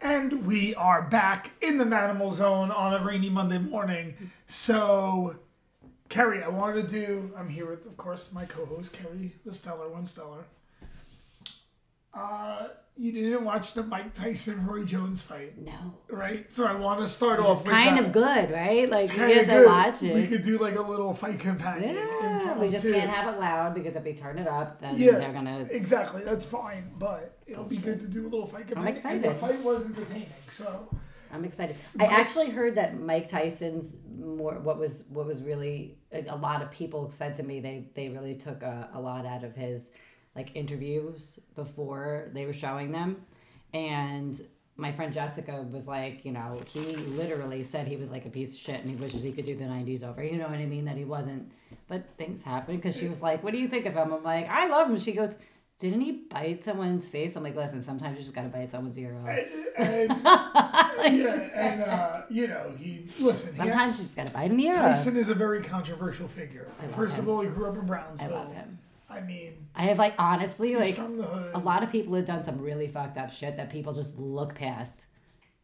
And we are back in the Manimal Zone on a rainy Monday morning. So, Kerry, I wanted to do. I'm here with, of course, my co host, Kerry, the Stellar One Stellar. Uh, you didn't watch the Mike Tyson Roy Jones fight, No. right? So, I want to start off It's with kind that. of good, right? Like, you Kinda get to good. watch We it. could do like a little fight companion. yeah, we just impromptu. can't have it loud because if we turn it up, then Yeah. they're gonna. Oh, Exactly, that's fine, but it'll be good to do a little fight companion. And the excited. fight was entertaining, so I'm excited. I actually heard that Mike Tyson's more. What was what was really a a lot of people said to me they they really took a, a lot out of his like interviews before they were showing them, and my friend Jessica was like, you know, he literally said he was like a piece of shit and he wishes he could do the '90s over. You know what I mean? That he wasn't, but things happen. Because she was like, "What do you think of him?" I'm like, "I love him." She goes. Didn't he bite someone's face? I'm like, listen, sometimes you just gotta bite someone's ear off. and, yeah, and uh, you know, he listen. He, Sometimes you just gotta bite an ear off. Tyson is a very controversial figure. love First of him. all, he grew up in I Brownsville. love him. I mean, I have like honestly he's like from the hood. a lot of people have done some really fucked up shit that people just look past.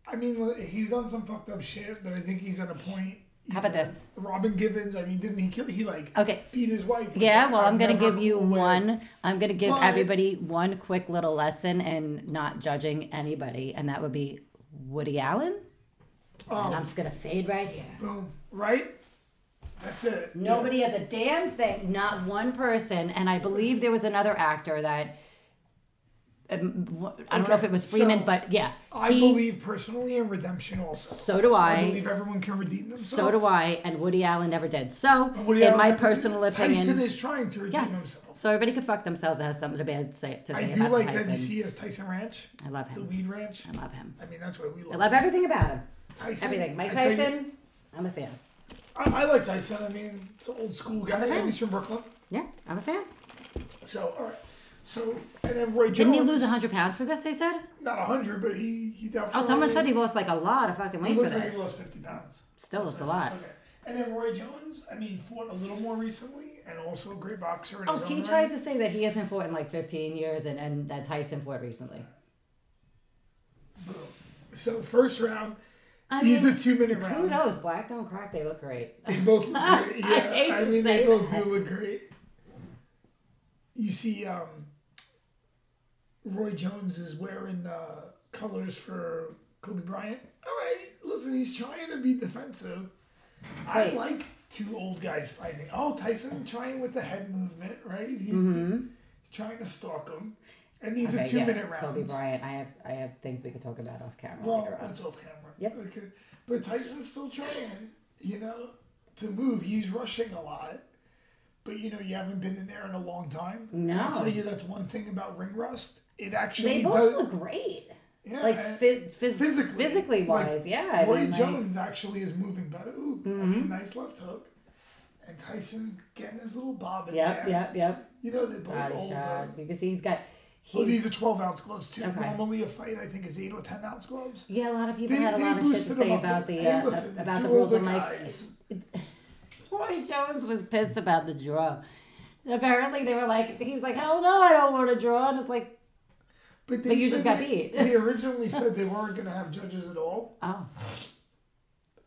I mean, li- he's done some fucked up shit, but I think he's at a point. you How about know, this? Robin Givens. I mean, didn't he kill? He like Okay. beat his wife. which Yeah, I- well, I'm gonna never give you cool with. one. I'm gonna give But- everybody one quick little lesson and not judging anybody, and that would be Woody Allen. And I'm just gonna fade right here. Boom. Right. That's it. Nobody has a damn thing. Not one person. And I believe there was another actor that. um, wh- I don't know if Okay, it was Freeman, so but yeah, I he- believe personally in redemption also. So do I, I. believe everyone can redeem themselves. So do I, and Woody Allen never did. So, Woody in Allen my never did. personal opinion, Tyson is trying to redeem yes. himself. So everybody can fuck themselves that has something to bad to say, to I say do about like that Tyson. you see his Tyson Ranch, I love the him. Weed Ranch. I love him. I mean, that's why we love, I love everything about him. Tyson. Everything. Mike I tell you- Tyson. I'm a fan. I, I like Tyson. I mean, it's an old school guy. fan. and He's from Brooklyn. Yeah, I'm a fan. So, all right. So, and then Roy Jones. Didn't he lose 100 pounds for this? They said. Not 100, but he, Oh, he definitely. Oh, someone said he lost like a lot of fucking He weight for looks like this. he lost 50 pounds. Still, That's it's a what I lot. said. Okay. And then Roy Jones, I mean, fought a little more recently and also a great boxer. In Oh, his own he right. tried to say that he hasn't fought in like 15 years, and, and that Tyson fought recently. Boom. So, first round, I these mean, are two minute rounds. kudos. Black don't crack. They look great. They both look great. Yeah, I, hate to mean, say they both that. do look great. You see, um, Roy Jones is wearing uh, colors for Kobe Bryant. All right, listen, he's trying to be defensive. I Wait. like two old guys fighting. Oh, Tyson trying with the head movement, right? He's, he's trying to stalk him. And these are Mm-hmm. Okay, two yeah, minute rounds. Kobe Bryant. I have I have things we could talk about off camera. Well, later on. that's off camera. Yep. Okay. But Tyson's still trying, you know, to move. He's rushing a lot. But you know, you haven't been in there in a long time. And I'll No. tell you that's one thing about ring rust. It actually They both does look great. yeah, Like and phys- phys- physically, physically, like, wise, yeah. I Roy mean, like, Mm-hmm. Jones actually is moving better. Ooh, I mean, nice left hook. And Tyson getting his little bob in Yep, there. yep, yep. You know, they're both Body old. shots. though. You can see he's got. Well, He, these are 12 ounce gloves, too. Okay. Normally, a fight, I think, is 8 or 10 ounce gloves. yeah, a lot of people They- had a they lot of shit to boosted him say up. about the Hey, uh, listen, about the two rules. older I'm like, guys. Roy Jones was pissed about the draw. Apparently, they were like, he was like, "Hell no, I don't want to draw," and it's like, But, they But you just said got they- beat. they originally said they weren't going to have judges at all. oh.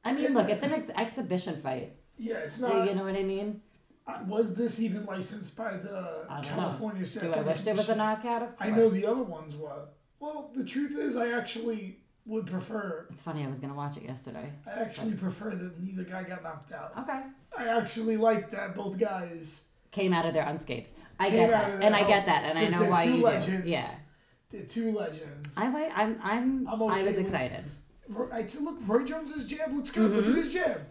I mean, look, it's an ex- exhibition fight. Yeah, it's Do not. you know what I mean? uh, was this even licensed by the I don't know. California State Do I wish there was a knockout? Of I know the other ones were. Well, the truth is, I actually would prefer. It's funny. I was gonna watch it yesterday. I actually prefer that neither guy got knocked out. Okay. I actually like that both guys Came out of there unscathed. I came get out of that, their and I get health, that, and I 'cause know they're why two you legends. do. Yeah. They're two legends. I like. I'm. I'm. I'm I okay was with- excited. Ro- I said, look, Roy Jones's jab looks good. Mm-hmm. Look at his jab.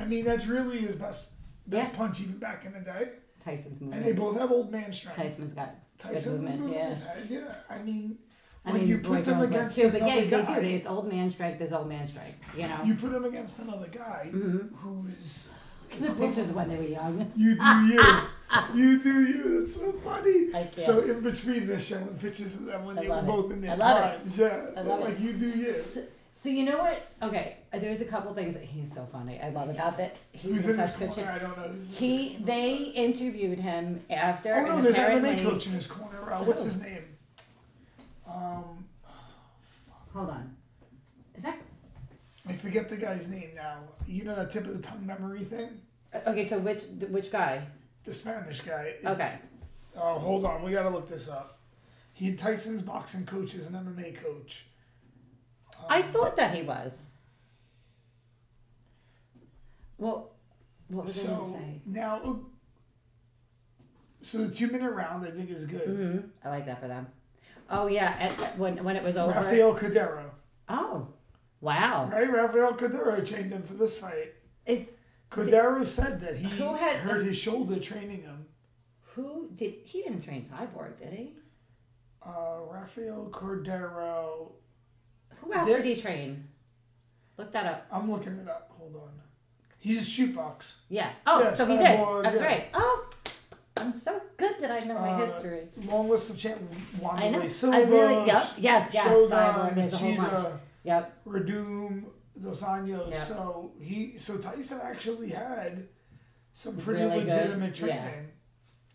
I mean, that's really his best best Yeah. punch even back in the day. Tyson's And they movement. both have old man strength. Tyson's got Tyson good movement, movement. Yeah. his head. Yeah, I mean, I when mean, you Roy put them Jones was against too, but yeah, another they guy, do. They, it's old man strike. There's old man strike. You know. you put them against another guy who's the pictures of when Mm-hmm. they were young. you do you, you do you. That's so funny. I can't. So in between, they're showing pictures of them when I they were love it. both in their I love it. primes. Yeah, I love it. like you do you. So, so you know what? Okay, there's a couple things that he's so funny. I love about that. He's, Who's in in his such corner? good shape. I don't know. Who's in his He. corner. They interviewed him after. Oh no, and there's an apparently, MMA coach in his corner. Uh, what's Who? his name? Um, Hold on. forget the guy's name now. You know that tip of the tongue memory thing? Okay, so which which guy? The Spanish guy. It's- Okay. Oh, hold on. We got to look this up. He Tyson's boxing coach is an MMA coach. Um, I thought that he was. Well, what was I going to So say? now, so the two minute round I think is good. hmm I like that for them. Oh yeah, at, when when it was over. Rafael Cordero, Oh, wow. right? Rafael Cordero trained him for this fight. Is Cordero said that he Who had- hurt his shoulder training him. who did he didn't train Cyborg, did he? Uh, Rafael Cordero. Who else Dick- did he train? Look that up. I'm looking it up. Hold on. He's shootbox. Yeah. Oh, Yeah, so he Cyborg, did. That's yeah. right. Oh, I'm so good that I know my Uh, history. Long list of champions. I know. Wanderlei Silva. I really. Yep. Yes. Yes. Shogun, Cyborg. There's a whole bunch. Machida, Yep. Radum, Dos Anjos. Yeah. So he, so Tyson actually had some pretty Really good, legitimate yeah. training.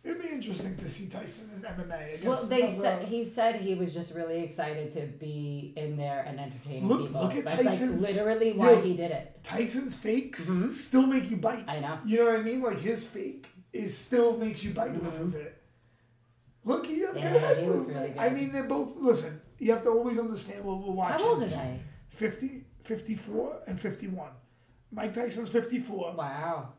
It'd be interesting to see Tyson in MMA. I guess Well, they another- said he said he was just really excited to be in there and entertain Look- people. look at That's Tyson's- like literally why Yo. he did it. Tyson's fakes Mhm. still make you bite. I know. You know what I mean? Like his fake is still makes you bite off of it. Look, he has Mm-hmm. Yeah, good head he was movement. really I good. mean, they're both. Listen, you have to always understand what we're watching. How old is I? 50, 54, and 51. Mike Tyson's 54. Wow.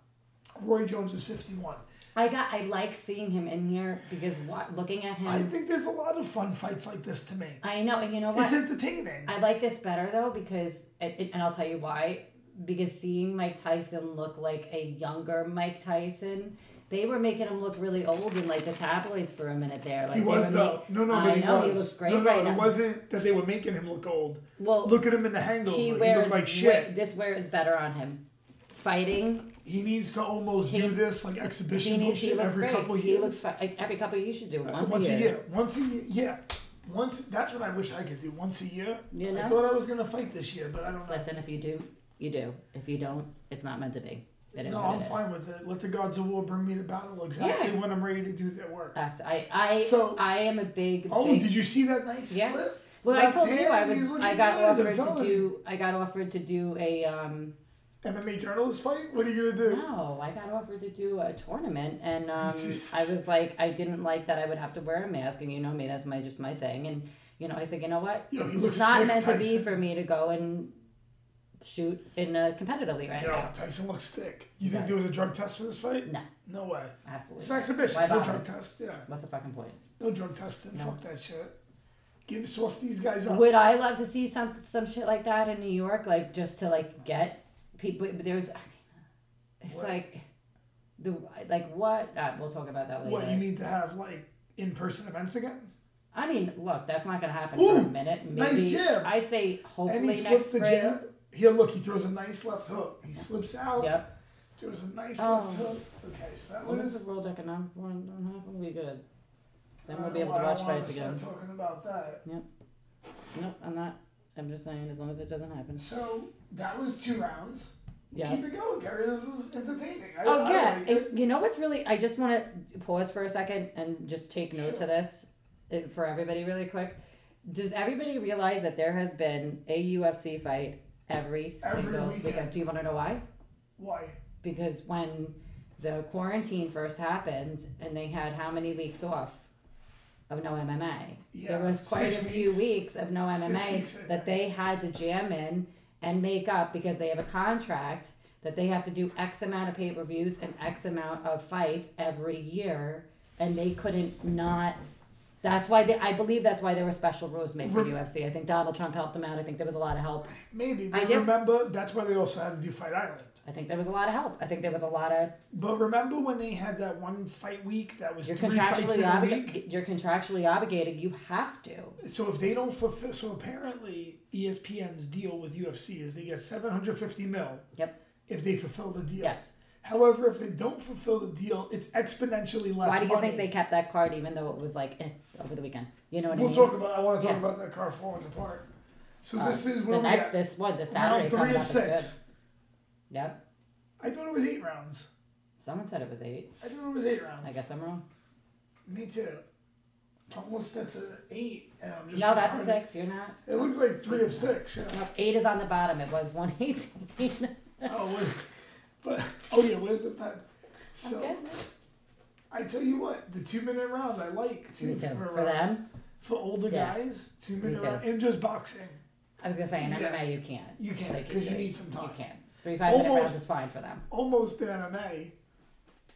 Roy Jones is 51. I got. I like seeing him in here because what, looking at him, I I, think there's a lot of fun fights like this to me. know. And you know what? It's entertaining. I like this better though because, and, and I'll tell you why. Because seeing Mike Tyson look like a younger Mike Tyson, they were making him look really old in like the tabloids for a minute there. Like He they was were though. make- No, no, I but he know was. he looks great no, no, right it now. wasn't that they were making him look old. well, Look at him in the Hangover. he He, wears looked like way- shit. this wears better on him. Fighting, He needs to almost He- do this like he exhibition needs. He bullshit looks every great. couple He years. looks fi- like every couple years. You should do it Uh, once, a year. Once a year. Yeah. Once that's what I wish I could do. Once a year. You I know? thought I was gonna fight this year, but I don't know. Listen, if you do, you do. If you don't, it's not meant to be. It is No, what it I'm is. fine with it. Let the gods of war bring me to battle exactly Yeah. Uh, when I'm ready to do their work. Abs- I, I, So- I am a big. Oh, big did you see that nice Yeah. slip? Well, I Left told you I hand, was. he's looking I got good, I'm offered to telling do. I got offered to do a. Um, MMA journalist fight? What are you gonna do? no, I got offered to do a tournament, and um, Jesus. I was like, I didn't like that I would have to wear a mask, and you know me, that's my just my thing, and you know, I said, you know what, Yo, he it's looks not thick, meant to be Tyson. for me to go and shoot in uh, competitively right Yo, now. Tyson looks thick. You think Yes. there was a drug test for this fight? No, No way. absolutely. It's not. an exhibition. Why no bother? drug test. Yeah. What's the fucking point? No drug testing. No. Fuck that shit. Give sauce these guys up. Would I love to see some some shit like that in New York, like just to like get people? But there's, I mean, it's What? like the like what? Uh, we'll talk about that later. What you need to have like in person events again? I mean, look, that's not gonna happen for a Ooh, minute. Maybe nice jab. I'd say hopefully And he next slips the spring. jab. Here, look, he throws a nice left hook. He slips out. Yep. Throws a nice Oh. left hook. Okay, so that As long as was. the World Economic Forum don't happen, we good. Then we'll be I able to don't watch wanna fights start again. Talking about that. Nope, I'm not. I'm just saying, as long as it doesn't happen. So that was two rounds. Yeah. Keep it going, Gary. This is entertaining. I, Oh I yeah, like it. and you know what's really? I just want to pause for a second and just take note to Sure. this uh, for everybody really quick. Does everybody realize that there has been a UFC fight every, Every single weekend. weekend? Do you want to know why? Why? Because when the quarantine first happened and they had how many weeks off of no MMA? Yeah, there was quite six a few weeks. weeks of no Six MMA weeks, I think. that they had to jam in and make up because they have a contract that they have to do X amount of pay per views and X amount of fights every year, and they couldn't not. That's why they, I believe that's why there were special rules made for Re- UFC. I think Donald Trump helped them out. I think there was a lot of help. Maybe. I But did- remember, that's why they also had to do Fight Island. I think there was a lot of help. I think there was a lot of But remember when they had that one fight week that was you're three fights contractually in a week? obligated. You're contractually obligated. You have to. So if they don't fulfill, so apparently E ESPN's deal with UFC is they get 750 mil Yep. if they fulfill the deal. Yes. However, if they don't fulfill the deal, it's exponentially less Why do you money. think they kept that card even though it was like eh, over the weekend? You know what I we'll mean? talk about. I want to talk Yeah. about that car falling apart. So Uh, this is the where we next, at. this one, the Saturday round coming three up of is good. six. Yep. I thought it was eight rounds. Someone said it was eight. I thought it was eight rounds. I guess I'm wrong. Me too. unless that's an eight. And I'm just No, that's a retarded. six. You're not. It looks like three of six. Yeah. No, eight is on the bottom. It was one eighteen. oh, wait. but oh yeah, where's the pen? So okay. I tell you what, the two minute round I like too, Me too. for For uh, them, for older Yeah. guys. Two minute too. round and just boxing. I was gonna say in Yeah. MMA you can't. You can't, Like, 'cause you need some time. You can't. Three five minute rounds Almost. is fine for them. Almost in MMA.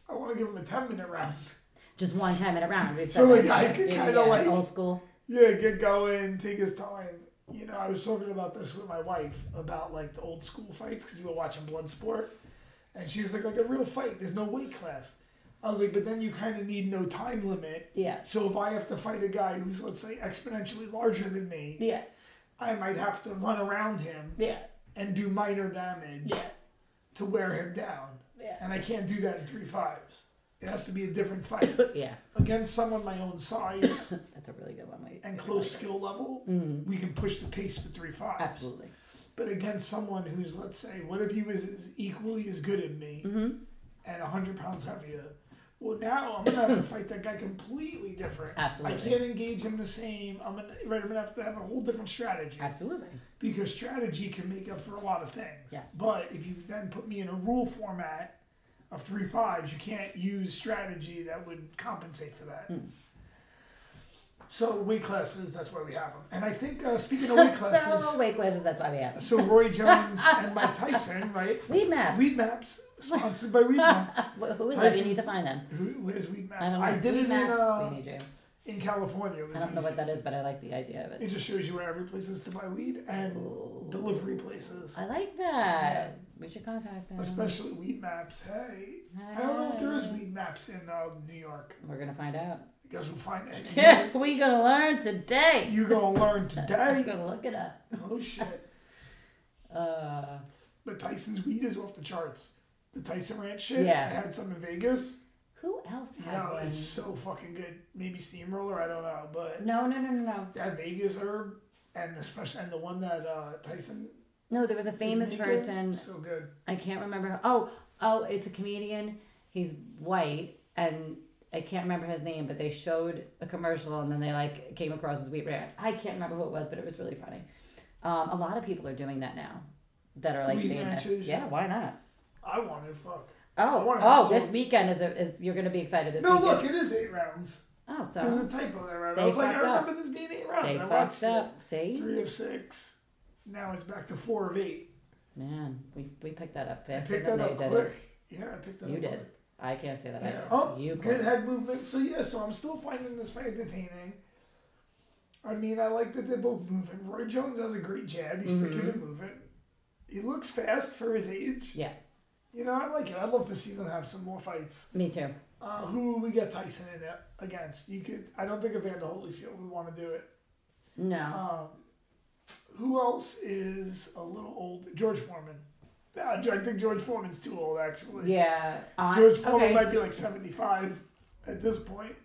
I want to give him a ten minute round. Just one time in a round. We've So, said like, that. I could Yeah, kinda, yeah, like- old school. Yeah, get going, take his time. You know, I was talking about this with my wife about like the old school fights because we were watching Bloodsport, and she was like, like a real fight. There's no weight class. I was like, but then you kind of need no time limit. Yeah. So if I have to fight a guy who's let's say exponentially larger than me, Yeah. I might have to run around him Yeah. and do minor damage Yeah. to wear him down, Yeah. and I can't do that in three fives. It has to be a different fight Yeah. against someone my own size That's a really good one. Wait, and close skill level. We can push the pace to three fives. Mm. Absolutely. but against someone who's let's say what if he was as equally as good at me Mm-hmm. and a 100 pounds heavier well now i'm gonna have to fight that guy completely different i Absolutely. can't engage him the same i'm gonna right i'm gonna have to have a whole different strategy Absolutely. because strategy can make up for a lot of things Yes. but if you then put me in a rule format of three fives you can't use strategy that would compensate for that Mm. so weight classes that's why we have them and i think uh, speaking of weight classes So weight classes. That's why we have. so Roy Jones and Mike Tyson, right? Weed maps. Weed Maps, sponsored by Weed Maps. Wh- Who is that? You need to Tyson's- find them. Who where's Weed I Maps? don't know. I, did Weed it in, maps. uh, we need you. in California. It was I don't know easy. what that is, but I like the idea of it. It just shows you where every place is to buy weed and delivery places, I like that. We should contact them. especially Weed Maps. Hey, I don't know if there Ah. is Weed Maps in uh, New York. We're gonna find out. I guess we'll find it. Yeah, we gonna learn today. you gonna learn I'm today. gonna look it up. Oh shit! Uh, But Tyson's weed is off the charts. The Tyson Ranch shit. Yeah. I had some in Vegas. who else had No, one? it's so fucking good. Maybe steamroller, I don't know, but No, no, no, no, no. that Vegas herb and especially and the one that uh, Tyson No, there was a is famous making, person. so good. I can't remember. Oh, oh, it's a comedian. He's white, and I can't remember his name. But they showed a commercial, and then they like came across his wheat ranch. I can't remember who it was, but it was really funny. Um, a lot of people are doing that now, that are like Wheat famous. ranches? Yeah, why not? I want to fuck. I Oh, wanna have oh, this one. weekend is a, is you're gonna be excited this No, weekend. look, it is eight rounds. Oh, There was a so typo there, right? They I was like, I fucked up. remember this being eight rounds. they I fucked watched up. it. See, Three of six. Now it's back to four of eight. man, we, we picked that up I faster picked than that they up did quick. it. Yeah, I picked that You up. did. quick. I can't say that. I Yeah. did. Oh, you good head movement. So yeah, so I'm still finding this fight entertaining. I mean, I like that they're both moving. Roy Jones has a great jab. He's Mm-hmm. sticking and moving. He looks fast for his age. Yeah, You know, I like it. I'd love to see them have some more fights. me too. Uh, who we got Tyson in it against? You could. I don't think Evander Holyfield would want to do it. No, Um, who else is a little old? George Foreman. Nah, I think George Foreman's too old, actually. yeah. I- George Foreman okay, might so- be like 75 at this point.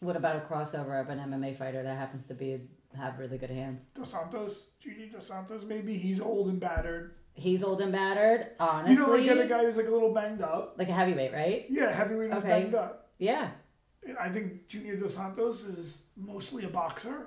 What about a crossover of an MMA fighter that happens to be have really good hands? Dos Santos, Junior Dos Santos, maybe he's old and battered. He's old and battered, honestly. You know, like get a guy who's like a little banged up. Like a heavyweight, right? Yeah, heavyweight was Okay. banged up. Yeah. I think Junior Dos Santos is mostly a boxer.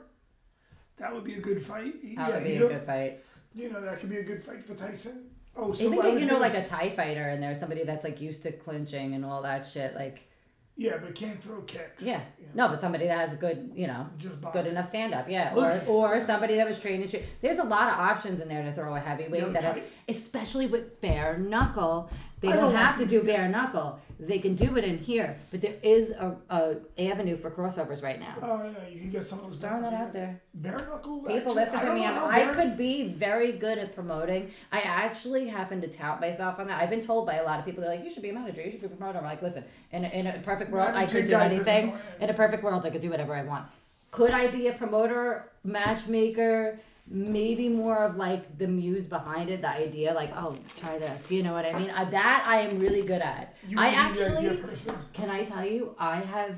That would be a good fight. That yeah, would be he's a good fight. you know that could be a good fight for Tyson. Oh, so Even I if was you know, gonna like a s- Thai fighter and there's somebody that's like used to clinching and all that shit. Like, yeah, but can't throw kicks. yeah. You know, No, but somebody that has a good, you know, just boxing. good enough stand up. Yeah. Look, Or, or he's- somebody that was trained and shit. There's a lot of options in there to throw a heavyweight Yeah, that has, Thai- especially with bare knuckle. They I don't, don't have to want do these- bare knuckle. They can do it in here, but there is a, a avenue for crossovers right now. Oh yeah, you can get some of those. Throwing that down. out there. Bare knuckle. People actually, listen I to don't me. know how I bare- could be very good at promoting. I actually happen to tout myself on that. I've been told by a lot of people, they're like, you should be a manager, you should be a promoter. I'm like, listen, in a, in a perfect world, I Managing could do guys is anything. annoying. In a perfect world, I could do whatever I want. Could I be a promoter, matchmaker? Maybe more of like the muse behind it, the idea, like, oh, try this. You know what I mean? I, that I am really good at. You I would be actually. the idea person. Can I tell you, I have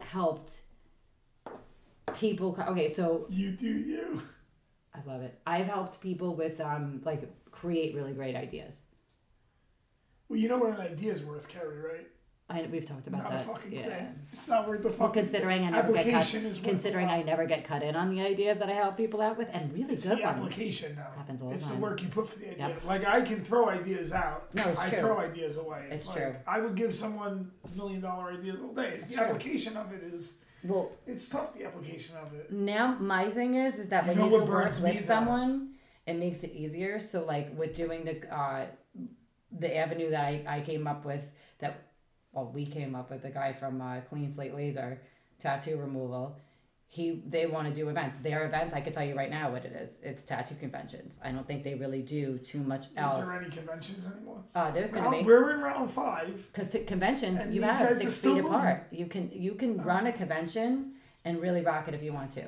helped people. co- Okay, so You do you. I love it. I've helped people with um like create really great ideas. Well, you know what an idea is worth, Carrie, right? I I we've talked about Not a that. fucking yeah. thing. It's not worth the fucking. Well, considering I never get application is cut, worth considering a lot. I never get cut in on the ideas that I help people out with, and really It's good the ones. application now. Happens all the it's time. the work you put for the idea. Yep. Like I can throw ideas out. No, it's I true. throw ideas away. It's like, true. I would give someone million dollar ideas all day. It's the true. application of it is Well, it's tough. The application of it. now my thing is is that You when know you what can work burns me, with though? someone, it makes it easier. So like with doing the uh, the avenue that I, I came up with that well we came up with the guy from uh, Clean Slate Laser tattoo removal. He they want to do events. Their events, I could tell you right now what it is. It's tattoo conventions. I don't think they really do too much Is else. there any conventions anymore? uh, there's gonna Round- be we're in round five. because conventions And you these have guys are six still feet moving. Oh. apart. You can you can run a convention and really rock it if you want to.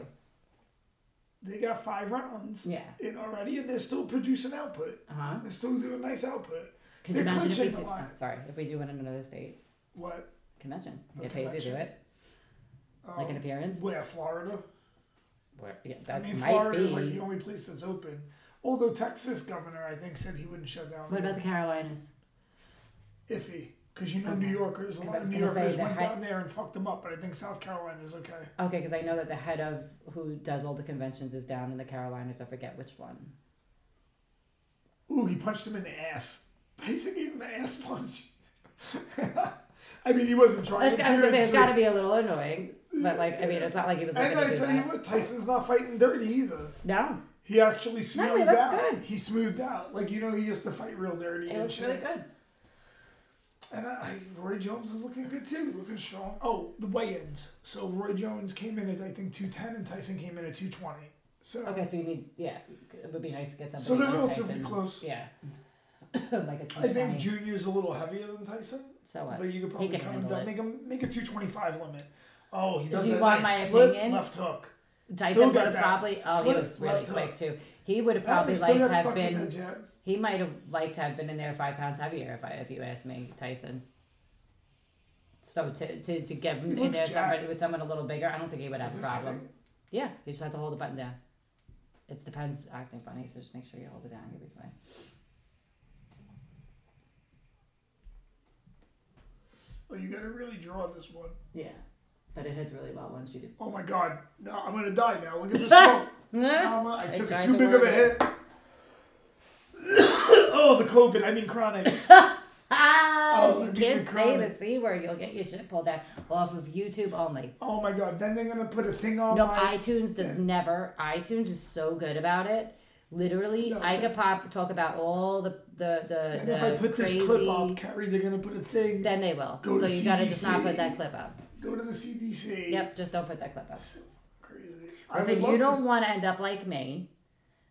They got five rounds Yeah. in already, and they're still producing output. Uh huh. They're still doing nice output. Could you They're imagine if we clinching do, the line. oh, sorry, if we do it in another state What? convention, A get paid to do convention. it, Um, like an appearance. where Florida? Where, yeah, I that mean, might Florida be. is like the only place that's open. Although Texas governor, I think, said he wouldn't shut down. what about the Carolinas? iffy? Because you know Okay. New Yorkers, a 'Cause I lot was of New gonna say Yorkers that went hi- down there and fucked them up. But I think South Carolina is okay. Okay, because I know that the head of who does all the conventions is down in the Carolinas. I forget which one. Ooh, he punched him in the ass. Basically, gave him an ass punch. I mean, he wasn't I trying. was to. gonna do it, say it's got to just- be a little annoying, but like I mean, it's not like he was looking And to I do tell you that. what, Tyson's not fighting dirty either. No, He actually smoothed he looks out. good. He smoothed out. Like you know, he used to fight real dirty it and looks shit. really good. And I, I, Roy Jones is looking good too, looking strong. Oh, the weigh-ins. So Roy Jones came in at I think two ten, and Tyson came in at two twenty. So Okay, so you need yeah. It would be nice to get something. So they're like relatively Tyson's- close. Yeah. like it's I think Junior's a little heavier than Tyson, so what? but you could probably can cut him handle down. it. Make him make a two twenty five limit. Oh, he Do does you a want nice my slip, opinion? left hook. Tyson Still would got have that probably. Oh, he slit looks really left quick hook. too. He would have Oh, he probably still liked got to have stuck with that been. jab. He might have liked to have been in there five pounds heavier if I, if you ask me, Tyson. So to to, to get him in looks there jacked. somebody with someone a little bigger, I don't think he would Is have a this problem. hitting? Yeah, you just have to hold the button down. It depends acting funny, so just make sure you hold it down. You'll be fine. Oh, you gotta really draw this one. Yeah, but it hits really well once you do. Oh my god, no, I'm gonna die now. Look at this smoke. Mama, I I took tried it too to big of a word it. hit. oh, the COVID. I mean, chronic. Ah, Oh, you you can't can say call the it. c word. You'll get your shit pulled down off of YouTube only. Oh my god. Then they're gonna put a thing on No, my. iTunes does never. iTunes is so good about it. Literally, No, I could pop talk about all the the the, and the if I put crazy. this clip up, Carrie, they're gonna put a thing. then they will. Go so to you gotta just not put that CDC. clip up. Go to the CDC. Yep, just don't put that clip up. So crazy. I Listen, would you love don't to- want to end up like me,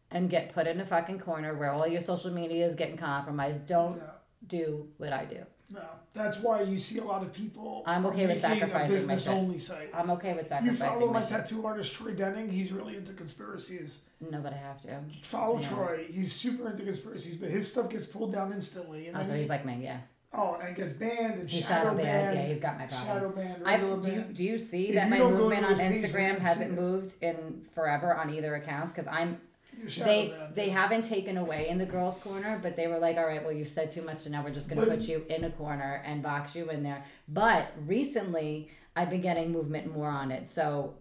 and get put in a fucking corner where all your social media is getting compromised. Don't No, do what I do. no. That's why you see a lot of people. I'm okay with making a sacrificing my business shit. only site. I'm okay with You sacrificing follow my my shit. tattoo artist Troy Denning. He's really into conspiracies. No, but I have to. Follow Yeah. Troy. He's super into conspiracies, but his stuff gets pulled down instantly. And Oh, then so he- he's like me, yeah. Oh, and gets banned and He's shadow, shadow banned. banned. Yeah, he's got my problem. Shadow banned, I, regular do you banned. do you see If that you my don't go to movement on his page, you Instagram won't hasn't see it. moved in forever on either accounts because I'm You're shadow they banned. they haven't taken away in the girls corner but they were like all right well you've said too much so now we're just going to But- put you in a corner and box you in there but recently I've been getting movement more on it so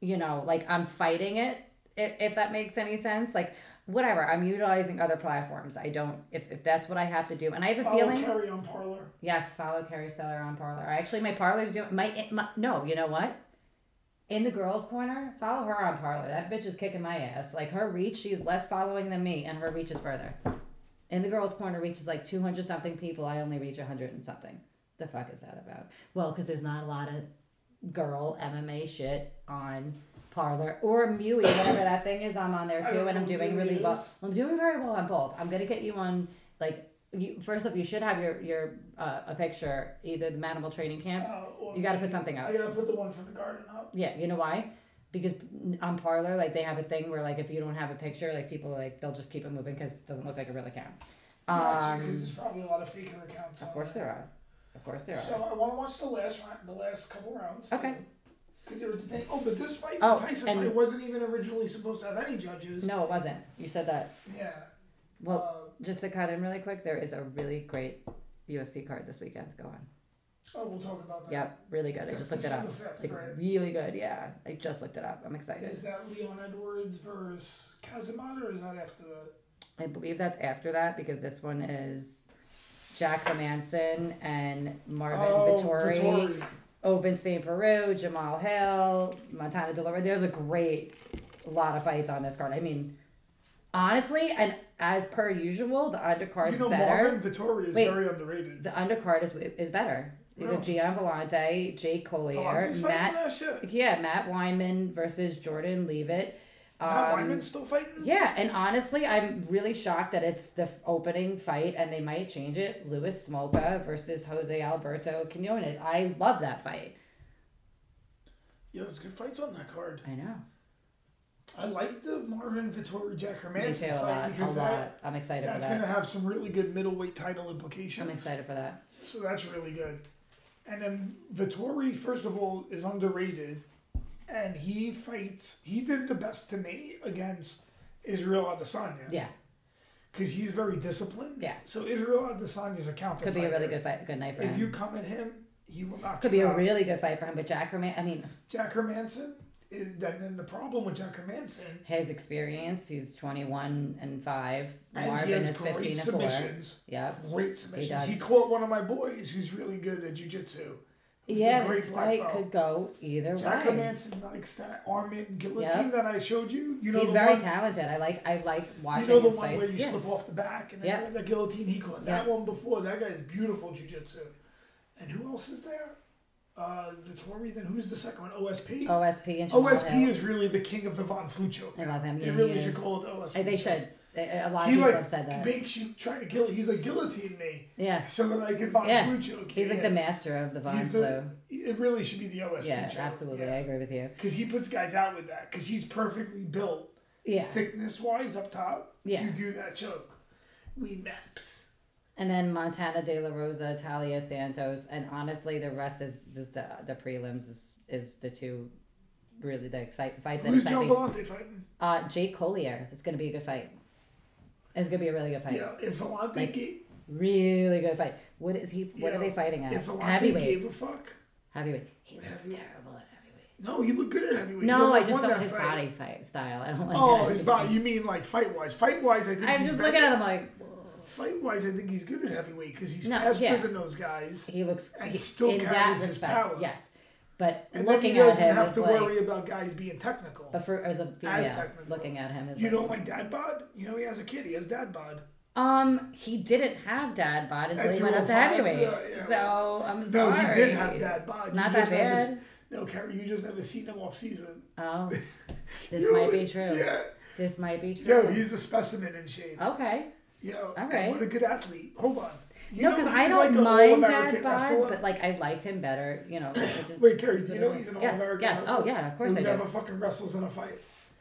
you know like I'm fighting it if, if that makes any sense like whatever I'm utilizing other platforms I don't if, if that's what I have to do and I have a Follow feeling Carrie on Parlor. Yes, follow Carrie Seller on Parlor. Actually, my Parlor's doing my, my no. You know what? In the girls' corner, follow her on Parlor. That bitch is kicking my ass. Like her reach, she's less following than me, and her reach is further. In the girls' corner, reaches like two hundred something people. I only reach hundred and something. The fuck is that about? Well, because there's not a lot of girl MMA shit on Parlor or Mui, whatever that thing is. I'm on there I too, don't and I'm know who doing Mui really well. is. I'm doing very well on both. I'm gonna get you on like you, first off, you should have your your uh, a picture either the Manimal training Uh, camp. or- You got to put something I up. gotta put the one from the garden up. Yeah, you know why? Because on Parlor, like they have a thing where like if you don't have a picture, like people like they'll just keep it moving because it doesn't look like a real account. Because Um, there's probably a lot of faker accounts. of on course there. there are. Of course there So are. I want to watch the last round, the last couple rounds. Okay. Because they were the thing. Oh, but this fight, Oh, the Tyson and- fight, wasn't even originally supposed to have any judges. No, it wasn't. You said that. Yeah. Well, uh, just to cut in really quick, there is a really great UFC card this weekend. Go on. Oh, we'll talk about that. Yep, really good. I just That's looked it up. December 5th, Like right? really good, yeah. I just looked it up. I'm excited. Is that Leon Edwards versus Casimir, or is that after the? I believe that's after that because this one is Jack Hermanson and Marvin Vittori, Oh, Vittori. Ovin St. Peru, Jamal Hill, Montana Delora. There's a great lot of fights on this card. I mean, honestly, and as per usual, the undercard's You know, better. Marvin Vittori is Wait. very underrated. The undercard is is better. Really? Because Gian Vellante, Jake Collier, He's fighting Matt that shit. Yeah, Matt Wyman versus Jordan Leavitt. Um, Matt Wyman's still fighting. Yeah, and honestly, I'm really shocked that it's the f- opening fight and they might change it. Luis Smolka versus Jose Alberto Quinones. I love that fight. Yeah, there's good fights on that card. I know. I like the Marvin Vittori Jack Me Hermanson too, a lot. fight A because that, lot. I'm excited for that's that. gonna have some really good middleweight title implications. I'm excited for that. So that's really good. And then Vittori, first of all, is underrated, and he fights. He did the best to me against Israel Adesanya. Yeah, because he's very disciplined. Yeah. So Israel Adesanya is a counter. could be a fighter. really good fight, good night for If him. you come at him, he will knock. Could be you a out. really good fight for him. But Jack Herman, I mean, Jack Hermanson. Is, then, then the problem with Jack Hermanson, his experience. He's 21 and five. and Marvin he has is 15 great and four. submissions. Yep. Great submissions. does. He, caught one of my boys who's really good at jujitsu. He's a Yeah, great this black fight belt. could go either Jack way. Hermanson likes that arm in guillotine Yep. that I showed you. You know He's the very one, talented. I like I like watching You know the his one fights. where you yeah. slip off the back and then Yeah. you're in the guillotine he caught. That Yeah. one before. That guy is beautiful jujitsu. And who else is there? Uh, Vittori. Then who's the second one? OSP. OSP and Jamal OSP Hill. is really the king of the Von Flu choke. I love him. They Yeah, really he should is. call it OSP. I- they should. A a lot He of people like have said that. makes you try to kill. He's like guillotine me yeah, so that I can Von Yeah. Flu choke. he's you. like the master of the Von He's Blue. the. It really should be the OSP. Yeah, choke. absolutely. I agree with you. Because he puts guys out with that. Because he's perfectly built, Yeah, thickness wise, up top Yeah. to do that choke. We maps. and then Montana De La Rosa, Talia Santos, and honestly, the rest is just the, the prelims is, is the two really the excite, fights that Who's excite John me. Vellante fighting? Uh, Jake Collier. It's gonna be a good fight. It's gonna be a really good fight. Yeah, if Vellante, Like, ga- Really good fight. What is he? What Yeah. are they fighting at? if Vellante Heavyweight. gave a fuck. Heavyweight. He looks Heavyweight. terrible at heavyweight. No, he looked good at heavyweight. He No, I almost just won don't that his fight. body fight style. I don't like. Oh, that. his body. You mean like fight wise? Fight wise, I think. I'm he's just better. looking at him like Fight wise, I think he's good at heavyweight because he's No, faster yeah. than those guys. he looks And he, still in that carries his respect. power. Yes, but And looking then he at doesn't him have is to like, worry about guys being technical. but for as a female, technical. looking at him is you like, don't like dad bod? You know he has a kid. He has dad bod. um, he didn't have dad bod until That's he went your up to vibe. heavyweight. uh, Yeah, yeah. So I'm No, sorry. he did have dad bod. You Not that just never s- bad. No, Carrie, you just never seen him off season. Oh, this You might be always- true. Yeah. This might be true. Yo, he's a specimen in shape. okay. Yo, all right. what a good athlete. Hold on. You No, know because he's I like don't an mind All-American dad bod, wrestler? but like I liked him better. You know. which is- Wait, Carrie, do you what know it he's an was. all Yes, American yes. wrestler? Oh, yeah, of course who I do. never fucking wrestles in a fight.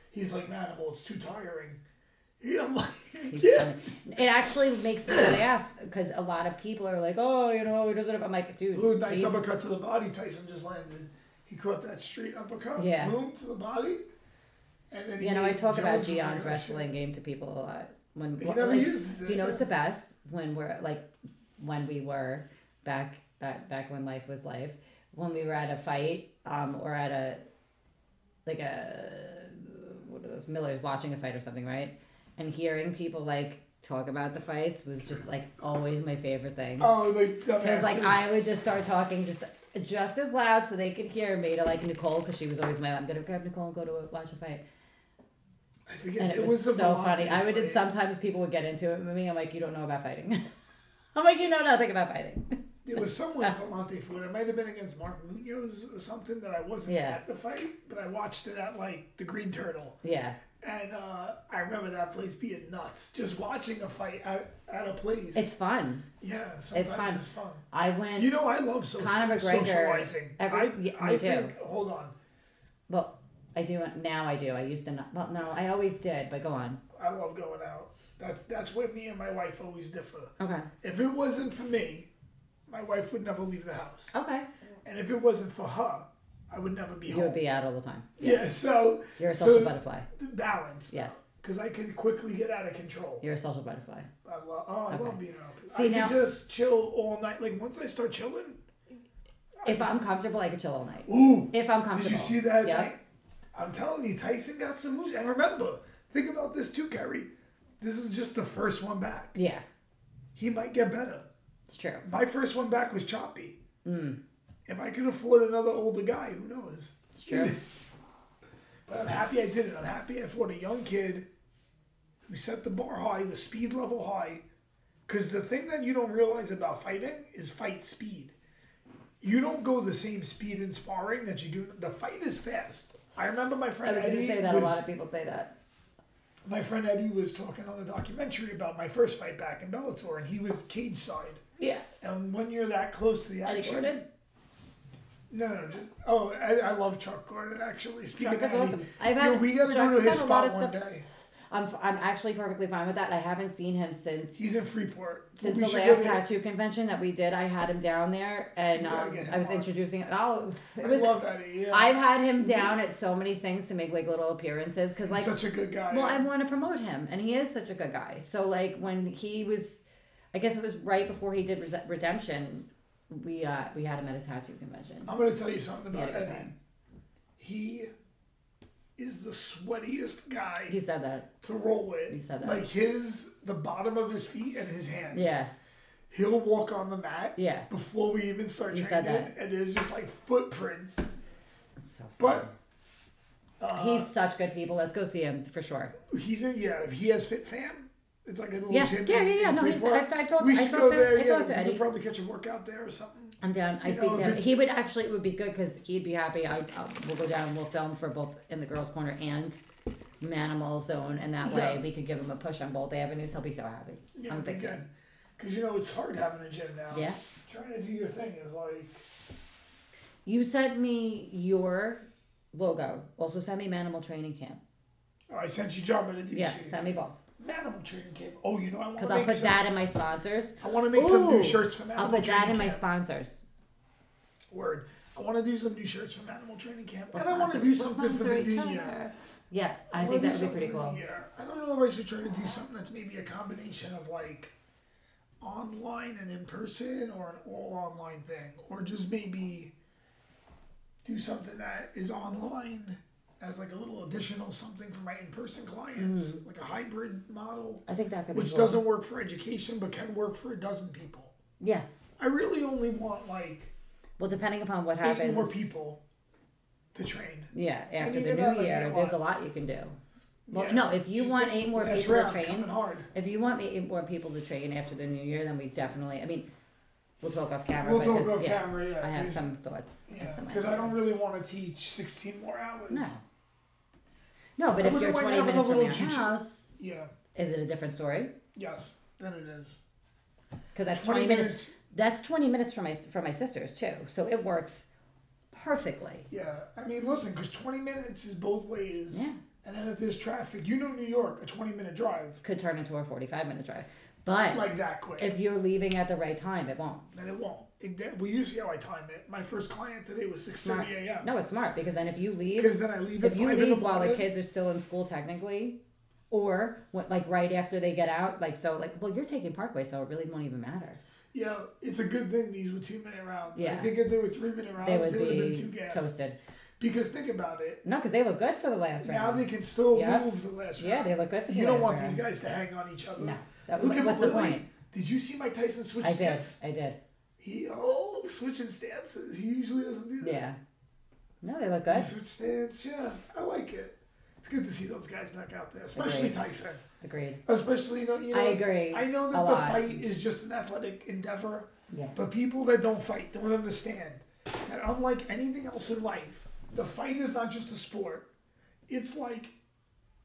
He's like, man, well, it's too tiring. Yeah, I'm like, He's yeah. funny. It actually makes me laugh because a lot of people are like, "Oh, you know, he doesn't." Have... I'm like, dude, Ooh, nice he's- uppercut to the body. Tyson just landed. He caught that straight uppercut. Yeah. Boom to the body. And then he you know, I made talk about Jones was like, Gian's "Oh, wrestling shit." game to people a lot. When He what- never like, uses it. you know, yeah. it's the best when we're like when we were back back back when life was life. When we were at a fight, um, or at a like a what are those Millers watching a fight or something, right? And hearing people like talk about the fights was just like always my favorite thing. Oh, like, that Because like ass is- I would just start talking just just as loud so they could hear me to like Nicole because she was always my I'm gonna grab Nicole and go to a, watch a fight I forget. and it, was, a so Vellante funny I would fight. sometimes people would get into it with me I'm like you don't know about fighting I'm like you know nothing about fighting There was someone Vellante fought. It might have been against Mark Munoz or something that I wasn't Yeah. at the fight, but I watched it at like the Green Turtle. yeah And uh, I remember that place being nuts. Just watching a fight at, at a place. it's fun yeah, sometimes it's fun. fun. I went You know, I love social, Conor McGregor, socializing. every- I, yeah, I me too. think, hold on. well I do now I do I used to not well no I always did but go on I love going out. That's that's where me and my wife always differ. okay If it wasn't for me, my wife would never leave the house. okay And if it wasn't for her, I would never be you home. would be out all the time yeah, so you're a Oh. So- social butterfly balance. Yes. Because I could quickly get out of control. you're a social butterfly I love, oh, I Okay. love being out. See, I now- can just chill all night. Like once I start chilling, If I'm comfortable, I could chill all night. Ooh. If I'm comfortable. Did you see that? Yeah. Like, I'm telling you, Tyson got some moves. And remember, think about this too, Kerry. This is just the first one back. Yeah. He might get better. It's true. My first one back was choppy. Mm. If I could afford another older guy, who knows? It's true. But I'm happy I did it. I'm happy I fought a young kid who set the bar high, the speed level high. Because the thing that you don't realize about fighting is fight speed. You don't go the same speed in sparring that you do. The fight is fast. I remember my I friend was gonna Eddie say that. was A lot of people say that. my friend Eddie was talking on the documentary about my first fight back in Bellator, and he was cage side. Yeah. And when you're that close to the Eddie action, Gordon. no, no, just oh, I, I love Chuck Gordon actually. Speaking Chuck is of Eddie, awesome. I've yeah, had- we gotta go to Chuck's his done a spot lot of one stuff. day. I'm f- I'm actually perfectly fine with that. I haven't seen him since He's in Freeport. since we the should go to- last tattoo convention that we did. I had him down there, and gotta um, get him I was on. introducing. Oh, it I was. love Eddie. Yeah, I've had him down at so many things to make like little appearances because he's like such a good guy. Well, I want to promote him, and he is such a good guy. So, like when he was, I guess it was right before he did Res- Redemption, we uh we had him at a tattoo convention. I'm gonna tell you something He had about a good Eddie. time. He is the sweatiest guy He said that. to roll with. You said that. Like his the bottom of his feet and his hands. Yeah, He'll walk on the mat. yeah. Before we even start You said training, and it's just like footprints. That's so But funny. he's such good people. Let's go see him for sure. He's in, yeah, if he has Fit Fam, it's like a little Yeah, gym. yeah, in- yeah, yeah. in No, he's- Freeport. I've- I've talked- we I should talked go to- there. I yeah, talked to we Eddie. could probably catch a workout there or something. I'm down. I You speak know, to if him. it's- He would actually. It would be good because he'd be happy. I I'll, we'll go down. and We'll film for both in the girls' corner and Manimal Zone, and that way Yeah. we could give him a push on both avenues. He'll be so happy. Yeah, I'm a it'd be big good. fan. Because you know it's hard having a gym now. Yeah. Trying to do your thing is like You sent me your logo. Also sent me Manimal Training Camp. oh, I sent you John Beneducci. Yeah, send me both. Manimal training camp. Oh, you know I want to Because make I'll put some, that in my sponsors. I want to make some Ooh, new shirts for Manimal I'll put training that in my camp. sponsors. Word. I want to do some new shirts for Manimal training camp, We'll and I want to sponsor- do we'll something for sponsor the each new other. year. Yeah, I wanna think do that would be pretty something cool. here. I don't know if I should try to do something that's maybe a combination of like online and in person or an all online thing, or just maybe do something that is online as like a little additional something for my in person clients, like a hybrid model, Mm. I think that could be which cool. doesn't work for education but can work for a dozen people. Yeah. I really only want like Well, depending upon what eight happens. more people to train. Yeah, after the even new that would be year, a there's a lot. lot you can do. Well, Yeah. no, if you Should want take eight more last people to round, train- coming hard. If you want me eight more people to train after the new year, then we definitely. I mean, we'll talk off camera. We'll but talk 'cause, off yeah, camera, yeah. I have there's- some thoughts. and Yeah, some because I don't ideas. really want to teach 16 more hours. No. No, but I if wouldn't you're mind 20 having minutes a from little your cheat sheet. house, Yeah. is it a different story? Yes. Then it is. Because that's 20, minutes. That's 20 minutes from my from my sisters too, so it works perfectly. Yeah. I mean, listen, because 20 minutes is both ways. Yeah. And then if there's traffic, you know New York, a 20 minute drive, Could turn into a 45 minute drive, but like that quick. if you're leaving at the right time, it won't. then it won't. It, that, well, you see how I time it. My first client today was 6.30 Smart. a.m. No, it's smart because then if you leave, Because then I leave at if you 5 in the leave while the morning. kids are still in school technically, or what like right after they get out, like so like well you're taking Parkway, so it really won't even matter. Yeah, it's a good thing these were two minute rounds. I Yeah. think if they were three minute rounds, they They would would have been be too gassed. toasted. Because think about it. No, because they look good for the last Now round. they can still Yeah. move the last yeah, round. they look good for the You last don't want round. these guys to hang on each other. No, that Look was, at what's the Lily. point? Did you see Mike Tyson switch I did, stance? I did. He oh switching stances. He usually doesn't do that. Yeah. No, they look He good. switched stance. Yeah, I like it. It's good to see those guys back out there, especially Agreed. Tyson. Agreed. Especially you know, you know I agree. I know A that the lot. fight is just an athletic endeavor, Yeah. but people that don't fight don't understand that unlike anything else in life, the fight is not just a sport. It's like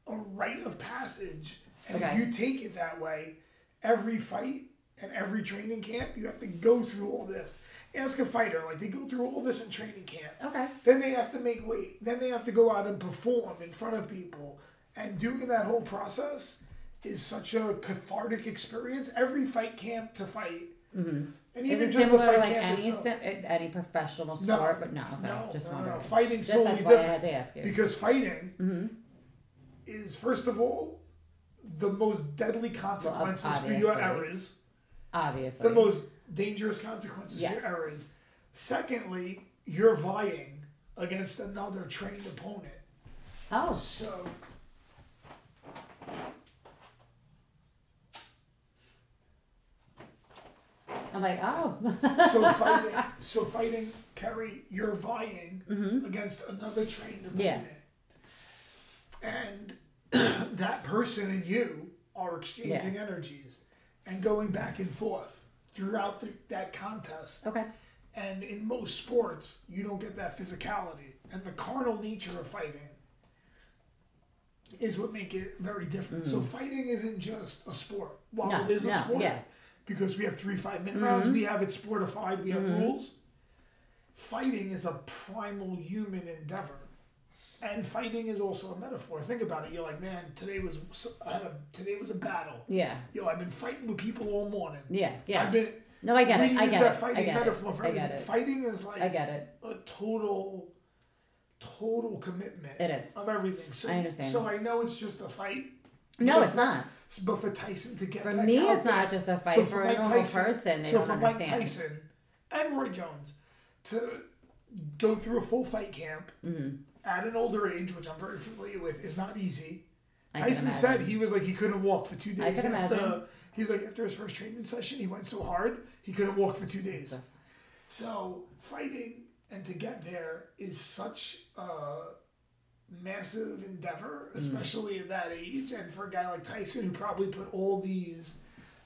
a rite of passage. And Okay. if you take it that way, every fight and every training camp, you have to go through all this. Ask a fighter, like they go through all this in training camp. Okay. Then they have to make weight. Then they have to go out and perform in front of people. And doing that whole process is such a cathartic experience. Every fight camp to fight, and Mm-hmm. Is even it just the similar fight to like camp any itself. si- any professional No. sport? But no, okay. no, just no, no, wondering. no. Fighting's Just totally that's why I different had to Mm-hmm. ask you. because fighting is first of all the most deadly consequences for your obviously. errors, Obviously. the most dangerous consequences for Yes. your errors. Secondly, you're vying against another trained opponent. Oh, So I'm like, oh. so fighting so fighting Kerry, you're vying against another trained Mm-hmm. Yeah. opponent. And that person and you are exchanging energies and going back and forth throughout the, that contest. okay. And in most sports, you don't get that physicality and the carnal nature of fighting is what make it very different. So fighting isn't just a sport. While Mm. No, it is a no, sport, yeah. Mm-hmm. because we have three five minute rounds, we have it sportified, we have rules. Fighting is a primal human endeavor, and fighting is also a metaphor. Think about it. You're like, man, today was I had a, today was a battle. Yeah. Yo, I've been fighting with people all morning. Yeah. Yeah. I've been. no, I get we it. I use get that it. I fighting get metaphor it. for I get everything. it. Fighting is like I get it. a total total commitment It is. of everything so I understand. so i know it's just a fight No, it's not. but for tyson to get For back me, out it's there- not just a fight. so for Mike a normal Tyson, person, they so don't for understand. mike tyson and roy jones to go through a full fight camp Mm-hmm. at an older age which i'm very familiar with is not easy I can Tyson imagine. said he was like he couldn't walk for two days can after imagine. he's like after his first training session he went so hard he couldn't walk for two days. So fighting and to get there is such a massive Mm. endeavor, especially at that age, and for a guy like Tyson who probably put all these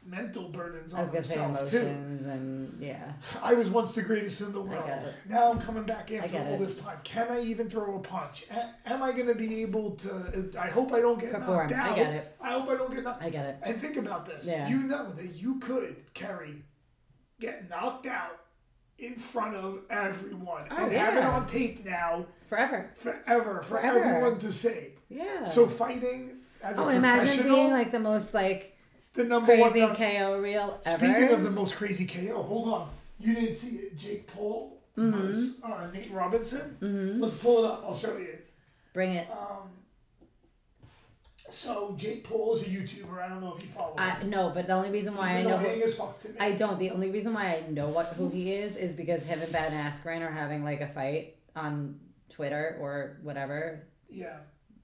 mental burdens I on was gonna say himself too. emotions and yeah. I was once the greatest in the world. get it. Now I'm coming back after get all it. this time. Can I even throw a punch? A- am I going to be able to? I hope I don't get Perform. knocked I out. get it. I hope I don't get knocked. I get it. And think about this. Yeah. You know that you could carry, get knocked out in front of everyone, and have it Oh, yeah. on tape now Forever. forever for Forever. everyone to see. Yeah. So fighting as a Um, oh, imagine professional, being like the most like the number one. crazy KO reel ever. Speaking of the most crazy KO, hold on. You didn't see it. Jake Paul Mm-hmm. versus uh, Nate Robinson. Let's pull it up. I'll show you. Bring it. Uh, So Jake Paul is a YouTuber. I don't know if you follow him. I, no, but the only reason why I He's know annoying who, as fuck to me. I don't. The only reason why I know what who he is is because him and Ben Askren are having like a fight on Twitter or whatever. yeah.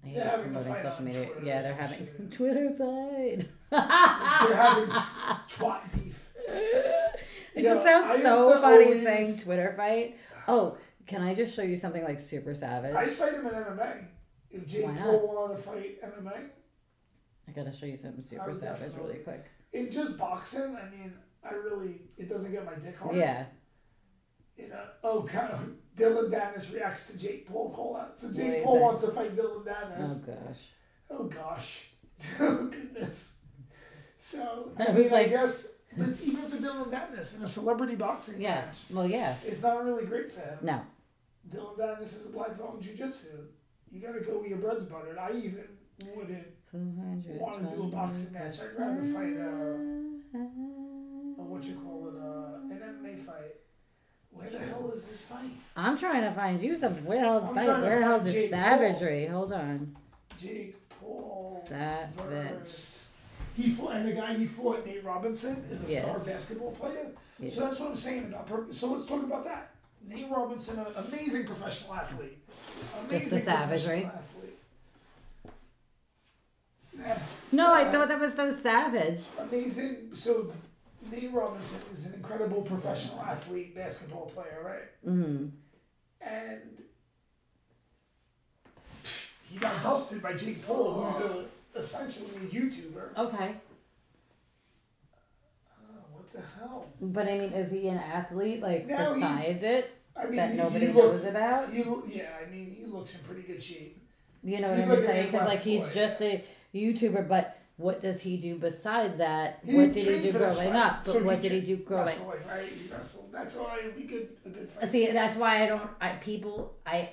I hate They're having a promoting fight social on media. Twitter yeah, or they're some having shit. Twitter fight. They're having twat beef. It Yeah, just sounds I used so to funny always- saying Twitter fight. Oh, can I just show you something like super savage? I fight him in MMA. If Jake Why not? Paul wanted to fight MMA, I gotta show you something super would savage definitely- really quick. in just boxing, I mean, I really it doesn't get my dick hard. Yeah. You know, oh kind of Dylan Dennis reacts to Jake Paul call out. So do Jake you Paul think? wants to fight Dylan Oh Dennis. gosh. Oh, gosh. oh goodness. So I That mean was I like- guess but even for Dylan Dennis in a celebrity boxing Yeah. match, Well, yeah. it's not really great for him. No. Dylan Dennis is a black belt in jujitsu. You gotta go where your bread's buttered. I even wouldn't want to do a boxing match. I'd rather fight a, a what you call it, uh, an MMA fight. Where the hell is this fight? I'm trying to find you something. Where the hell's I'm fight? trying to Where the hell's find the Jake Paul. savagery? Hold on. Jake Paul Savage. versus he fought, and the guy he fought, Nate Robinson, is a Yes. star basketball player. Yes. So that's what I'm saying about. Per- so let's talk about that. Nate Robinson, an amazing professional athlete. Amazing Just a savage, professional right? Athlete. Yeah. No, I thought that was so savage. amazing. So Nate Robinson is an incredible professional athlete, basketball player, right? Mm-hmm. And he got dusted by Jake Paul, who's a, essentially a YouTuber. Okay. Oh, what the hell? But I mean, is he an athlete like No, he's- besides it I mean, that he- nobody he knows looks, about? He, lo- yeah, I mean, he looks in pretty good shape. You know what He's I'm like a saying? Because Midwest like he's boy. just a YouTuber, but what does he do besides that? He what did he trained do for this growing fight. up? But So what did he tra- do growing? Wrestling, right? He wrestled. That's why it'd be good, a good fight. See, that's why I don't. I people, I,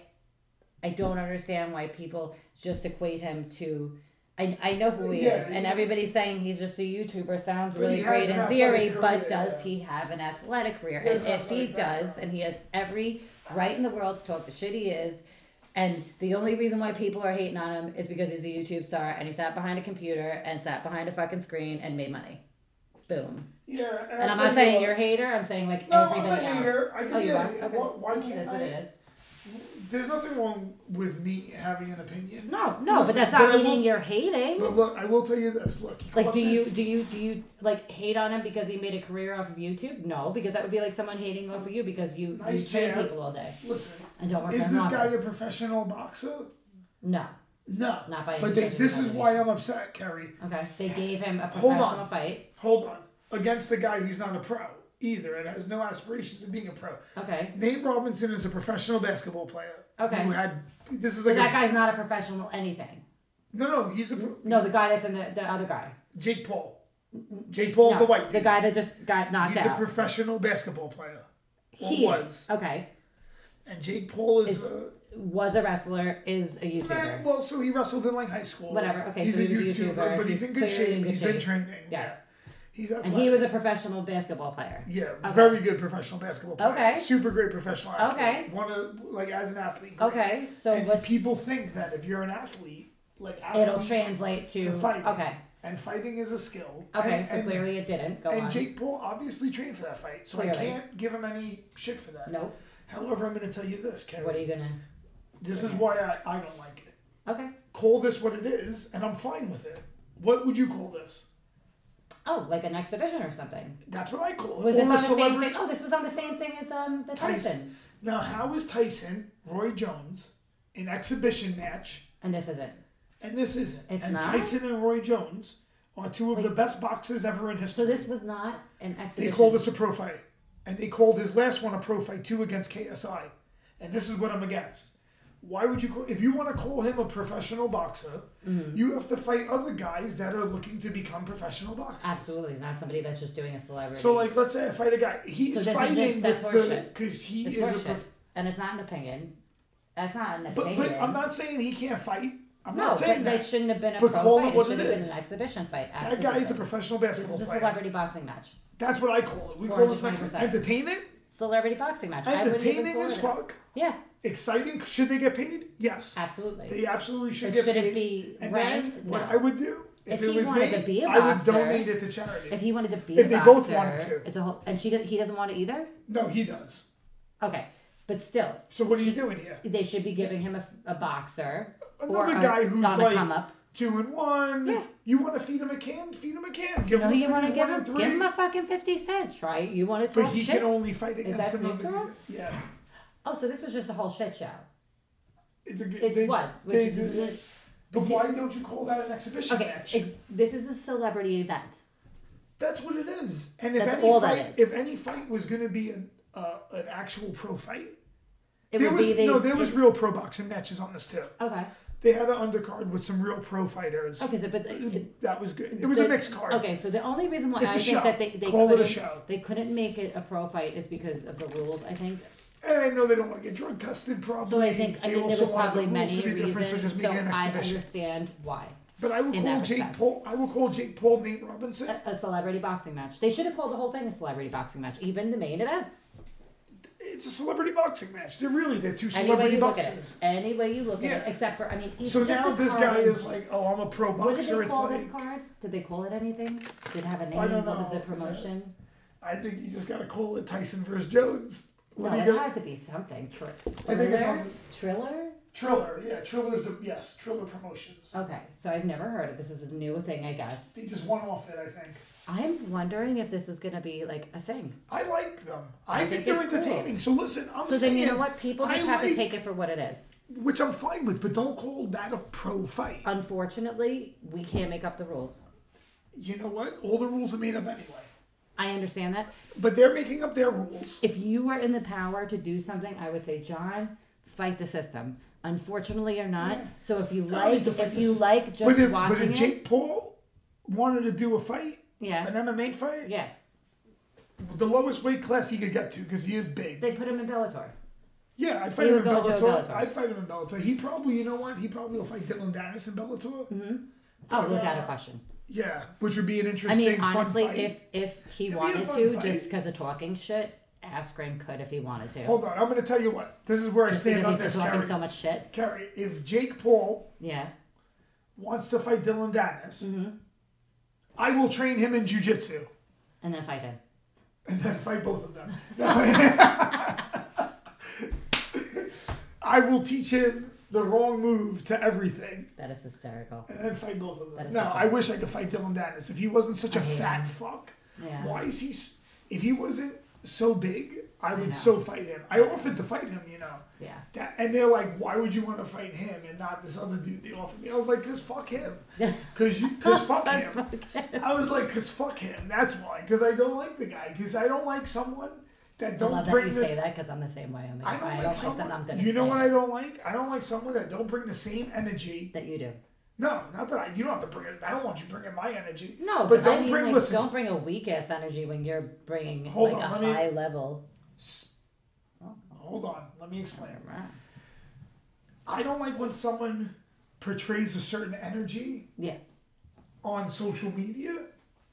I don't understand why people just equate him to. I, I know who he Yeah, is, and yeah. everybody's saying he's just a YouTuber. Sounds But really he has great an in athletic theory, career, but does yeah. he have an athletic career? He has and an if he athletic does, background. then he has every right in the world to talk the shit he is. And the only reason why people are hating on him is because he's a YouTube star and he sat behind a computer and sat behind a fucking screen and made money. Boom. Yeah, And I'm I'll not tell you saying what- you're a hater. I'm saying like No, I'm everybody a else. hater. I can oh, be you a are. hater. Okay. Why- why It is can't what I- it is. There's nothing wrong with me having an opinion. No, no, Listen, but that's but not I meaning will- you're hating. But look, I will tell you this. Look, he Like, caught do you this- do you do you like hate on him because he made a career off of YouTube? No, because that would be like someone hating over you because you Nice you train jab. people all day listen? and don't work Is in an this guy a office. professional boxer? no, No. not by any But they, stretch of this is the why I'm upset, Kerry. Okay, they gave him a Hold on. professional fight. Hold on. Against the guy who's not a pro either and has no aspirations of being a pro. Okay, Nate Robinson is a professional basketball player. Okay. Who had this is so like that a, guy's not a professional anything. no no he's a pro- No, the guy that's in the, the other guy. Jake Paul. Jake Paul's No, the white the dude. guy that just got knocked he's a out. professional basketball player. Or he was. is. okay And Jake Paul is, Is- a was a wrestler is a YouTuber. Eh, well, so he wrestled in like high school. Whatever, okay, He's so a he was a YouTuber, YouTuber, but he's, he's in good clearly shape. in He's good been shape. training. Yes. Yeah. He's And athletic. he was a professional basketball player. yeah, Okay. very good professional basketball player. Okay. Super great professional athlete. Okay. One of like as an athlete. great. Okay, so and what's people think that if you're an athlete, like it'll athletes- translate to, to fighting. okay, and fighting is a skill. okay. And, so and, clearly it didn't go and on. Jake Paul obviously trained for that fight, so I Clearly. can't give him any shit for that. nope. However, I'm going to tell you this, Kerry. What are you gonna? this is why I, I don't like it. Okay. Call this what it is, and I'm fine with it. What would you call this? Oh, like an exhibition or something. That's what I call it. Was or this a on the same celebrity. thing? Oh, this was on the same thing as um the Tyson, Tyson. Now, how is Tyson, Roy Jones, an exhibition match, and this isn't. and this isn't? It's and not? Tyson and Roy Jones are two of the best boxers ever in So history. this was not an they exhibition. called this a pro fight, and they called his last one a pro fight two against KSI, and this is what I'm against. Why would you call if you want to call him a professional boxer? Mm-hmm. You have to fight other guys that are looking to become professional boxers. Absolutely, it's not somebody that's just doing a celebrity. So, like, let's say I fight a guy. So He's this is fighting just- that's with the horseshit. because he it's is a. horseshit. Prof- and it's not an opinion. That's not an but opinion. but I'm not saying he can't fight. I'm no, not saying but that. they shouldn't have been a But pro call it fight. It, what it should have been is. an exhibition fight. That Absolutely. guy is a professional This basketball is a player. celebrity boxing match. That's what I call it. We call this next one 420%. entertaining. Celebrity boxing match. I wouldn't even Entertaining call as it a- fuck. Yeah, Exciting. Should they get paid? Yes. absolutely. They absolutely should But get should paid. it be and ranked? then what I No. would do if, If it he was wanted me, to be a I would boxer- donate it to charity. if he wanted to be If a they boxer, both wanted to. it's a whole, and she do- he doesn't want it either. no, he does. Okay, but still, So what are you doing here? they should be giving him a, a boxer Another or a- guy who's on a like come up. two and one. Yeah. You want to feed him a can? Feed him a can. Give No, him. you want to he's give one him and three. give him a fucking fifty cents, right? You want to but talk he shit? can only fight against that another. neutral? Yeah. oh, so this was just a whole shit show. It's a good. It they- was, which they is, do- but why don't you call that an exhibition okay. match? Ex- this is a celebrity event. That's what it is. And if That's any all that fight, is. if any fight was going to be an uh, an actual pro fight, It there would was be the no, there was it- real pro boxing matches on this too. okay, They had an undercard with some real pro fighters. okay. So, but uh, it, That was good. It was the- a mixed card. Okay, so the only reason why It's I a think show. that they, they Call it a couldn't show. they couldn't make it a pro fight is because of the rules. I think And I know they don't want to get drug tested, probably. so. I think They I mean there also was wanted the probably rules many to be different, so reasons. just So make it an I exhibition. understand why But I will in call that Jake respect. Uh, Paul. I will call Jake Paul Nate Robinson. a, a celebrity boxing match. They should have called the whole thing a celebrity boxing match, even the main event. It's a celebrity boxing match. They're really they're two Any way celebrity you look at it, boxers. any way you look Yeah. at it, except for I mean, even So just now the this guy card. is like, oh, I'm a pro What did boxer. they It's call like this card? Did they call it anything? Did it have a name? I don't What was know. the promotion? I think you just gotta call it Tyson versus Jones. What no, do it you got? had to be something. Tr- I think it's on- Triller. Triller, yeah, Triller's the yes, Triller Promotions. Okay, so I've never heard of this. Is a new thing, I guess. They just one off it, I think. I'm wondering if this is gonna be like a thing. I like them. I, think, think they're it's cool. entertaining. So listen, I'm So saying, then you know what? People just I have to like- take it for what it is. which I'm fine with, but don't call that a pro fight. Unfortunately, we can't make up the rules. You know what? All the rules are made up anyway. I understand that. But they're making up their rules. If you were in the power to do something, I would say, John, fight the system. Unfortunately, you're not. Yeah. So if you don't need like, to fight if the you system. like just but if, but watching if it, Jake Paul wanted to do a fight, yeah, an MMA fight, yeah, the lowest weight class he could get to because he is big. they put him in Bellator. yeah, I'd fight He him in would go Bellator. into a Bellator. I'd fight him in Bellator. He probably, you know what? He probably will fight Dylan Dennis in Bellator. Oh, without a Uh, question. Yeah, which would be an I interesting. mean, honestly, fun fight. if if he It'd be a wanted fun to, fight. just because of talking shit, Askren could if he wanted to. hold on, I'm going to tell you what. This is where I just stand because on he's been this, talking Carrie. so much shit. Carrie, if Jake Paul Yeah. Mm-hmm. wants to fight Dylan Dennis, I will train him in jujitsu. and then fight him. and then fight both of them. No. I will teach him the wrong move to everything That is hysterical. and then fight both of That them. is No, the I same. wish I could fight Dylan Dennis. If he wasn't such a I hate fat him. fuck, Yeah. why is he. s- If he wasn't so big, I I would know. so fight him. I offered to fight him, you know. Yeah. That, and they're like, why would you want to fight him and not this other dude they offered me? I was like, because fuck him. Because you, cause fuck him. I was like, because fuck him. That's why. Because I don't like the guy. Because I don't like someone that I don't love that bring you this. say that because I'm the same way. I'm like, I if don't like someone. something, I'm gonna you know say what it. I don't like? I don't like someone that don't bring the same energy. that you do. No, not that I. You don't have to bring it. I don't want you bringing my energy. No, but, but, don't I mean, bring. like, listen, don't bring a weak ass energy when you're bringing Hold like on, a let me- high level. hold on. Let me explain. I don't like when someone portrays a certain energy Yeah, on social media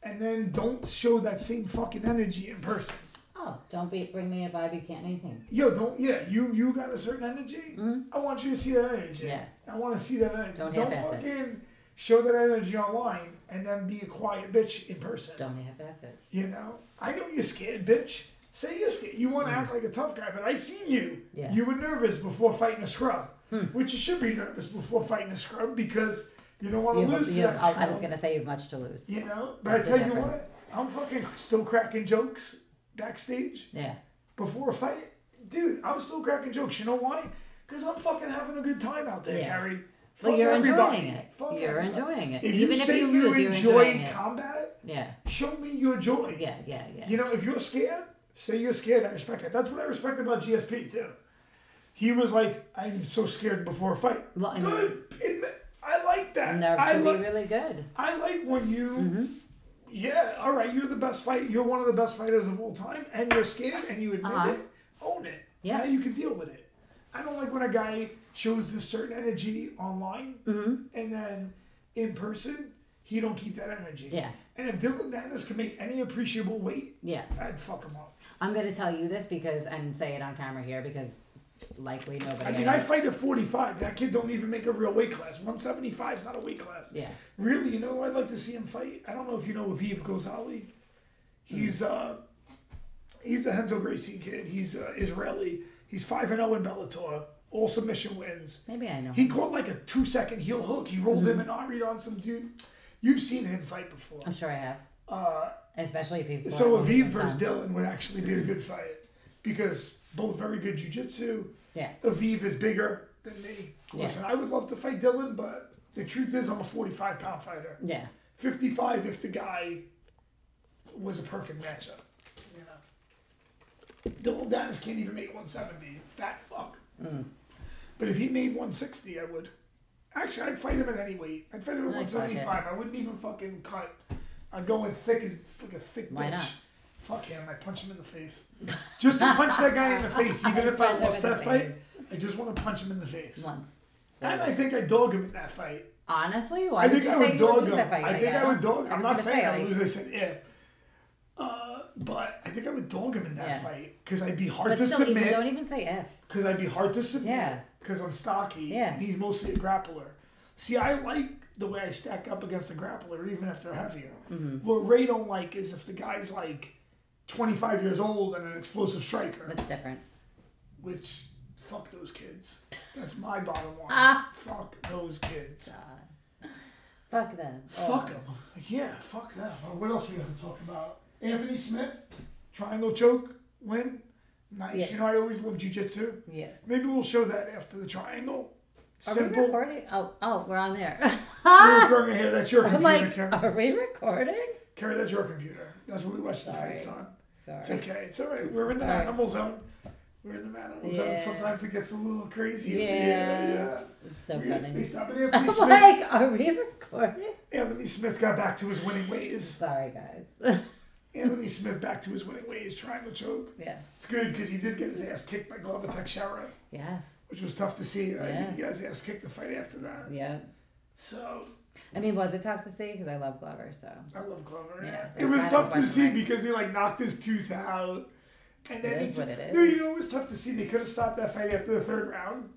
and then don't show that same fucking energy in person. Oh, don't be bring me a vibe you can't maintain. Yo, don't yeah, you you got a certain energy. I want you to see that energy. Mm-hmm. Yeah. I want to see that energy. Don't half-ass it. fucking show that energy online and then be a quiet bitch in person. Don't have acid. You know, I know you're scared, bitch. Say you're scared. You want to act like a tough guy, but I seen you. Hmm. Yeah. Hmm. You were nervous before fighting a scrub, which you should be nervous before fighting a scrub because you don't want You to have, lose to you have, that I, scrub. I was gonna say you have much to lose. You know, but That's I the tell you difference. what, I'm fucking still cracking jokes backstage Yeah, before a fight, dude, I'm still cracking jokes. You know why? Because I'm fucking having a good time out there, Yeah. Carrie. well, Fuck you're everybody. enjoying it. Fuck you're everybody. enjoying it, If even you if say you lose. you're enjoy enjoying it. combat, Yeah, show me your joy. yeah, yeah, yeah. You know, if you're scared, say you're scared. I respect that. That's what I respect about GSP too. He was like, "I'm so scared before a fight." Well, I mean- good. Admit- I like that. Nerves I like. can be Mm-hmm. really good. I like when you. Yeah, all right. You're the best fight. You're one of the best fighters of all time, and you're scared, and you admit Uh-huh. it. Own it. Yeah. Now you can deal with it. I don't like when a guy shows this certain energy online, Mm-hmm. and then in person he don't keep that energy. Yeah. And if Dylan Dennis can make any appreciable weight, Yeah. I'd fuck him up. I'm gonna tell you this because and say it on camera here because likely nobody. I mean, I fight at 45. That kid don't even make a real weight class. 175 is not a weight class. yeah. Really, you know, who I'd like to see him fight. I don't know if you know Aviv Ghazali. He's uh, he's a Henzo Gracie kid. He's uh, Israeli. He's five and zero in Bellator. All submission wins. Maybe I know. Hmm. He caught like a two second heel hook. He rolled him and Ari on some dude. You've seen him fight before. I'm sure I have. Uh, Especially if he's So born- Aviv born versus son. Dylan would actually be a good fight because both very good jujitsu. Yeah. Aviv is bigger than me. Listen, I would love to fight Dylan, but the truth is, I'm a 45 pound fighter. Yeah. 55 if the guy was a perfect matchup. You know, Dylan Dennis can't even make 170. He's fat fuck. Mm. But if he made 160, I would. Actually, I'd fight him at any weight. I'd fight him at I'd fuck it. 175. I wouldn't even fucking cut. I'd go in thick as like a thick Why bitch. not? Fuck him. I punch him in the face. Just to punch that guy in the face, even if I Punch him lost in the that fight, face. I just want to punch him in the face. Once. And I think I dog him in that fight. Honestly, why I would think you I say would you would dog lose him. that fight? I Like, think I don't- would dog. I'm was not gonna saying I like, lose. I said if. Uh, but I think I would dog him in that Yeah. fight because I'd be hard But to still, even, don't submit. even say F. Because I'd be hard to submit. Yeah. Because I'm stocky. Yeah. And he's mostly a grappler. See, I like the way I stack up against a grappler, even if they're heavier. Mm-hmm. What Ray don't like is if the guy's like 25 years old and an explosive striker, That's different. which fuck those kids. That's my bottom line. Ah. fuck those kids. Fuck them. Oh. Fuck them. Yeah, fuck them. Uh, What else we got to talk about? Anthony Smith, triangle choke, win. Nice. Yes. You know, I always love jujitsu. Oh, Yes. Maybe we'll show that after the triangle. Are we Simple. recording? Oh, oh, we're on there. You're growing hair. That's your I'm computer, like, Carrie. are we recording? Carrie, that's your computer. That's what we watch the Sorry. fights on. It's Sorry. okay. It's all right. We're in the Sorry. animal zone. We're in the animal zone. Yeah. Sometimes it gets a little crazy. Yeah. yeah. It's so We get funny. spaced out. But Anthony I'm Smith, like, are we recording? Anthony Smith got back to his winning ways. Sorry, guys. Anthony Smith back to his winning ways. Triangle choke. yeah. It's good because he did get his ass kicked by Glovatek Shara, Yes. which was tough to see. I think Yeah. he got his ass kicked the fight after that. Yeah. So I mean, was it tough to see? Because I love Glover, so. I love Glover. Yeah, it was I tough don't to like see him. because he like knocked his tooth out, and then It he is what it no, is. you know it was tough to see. They could have stopped that fight after the third round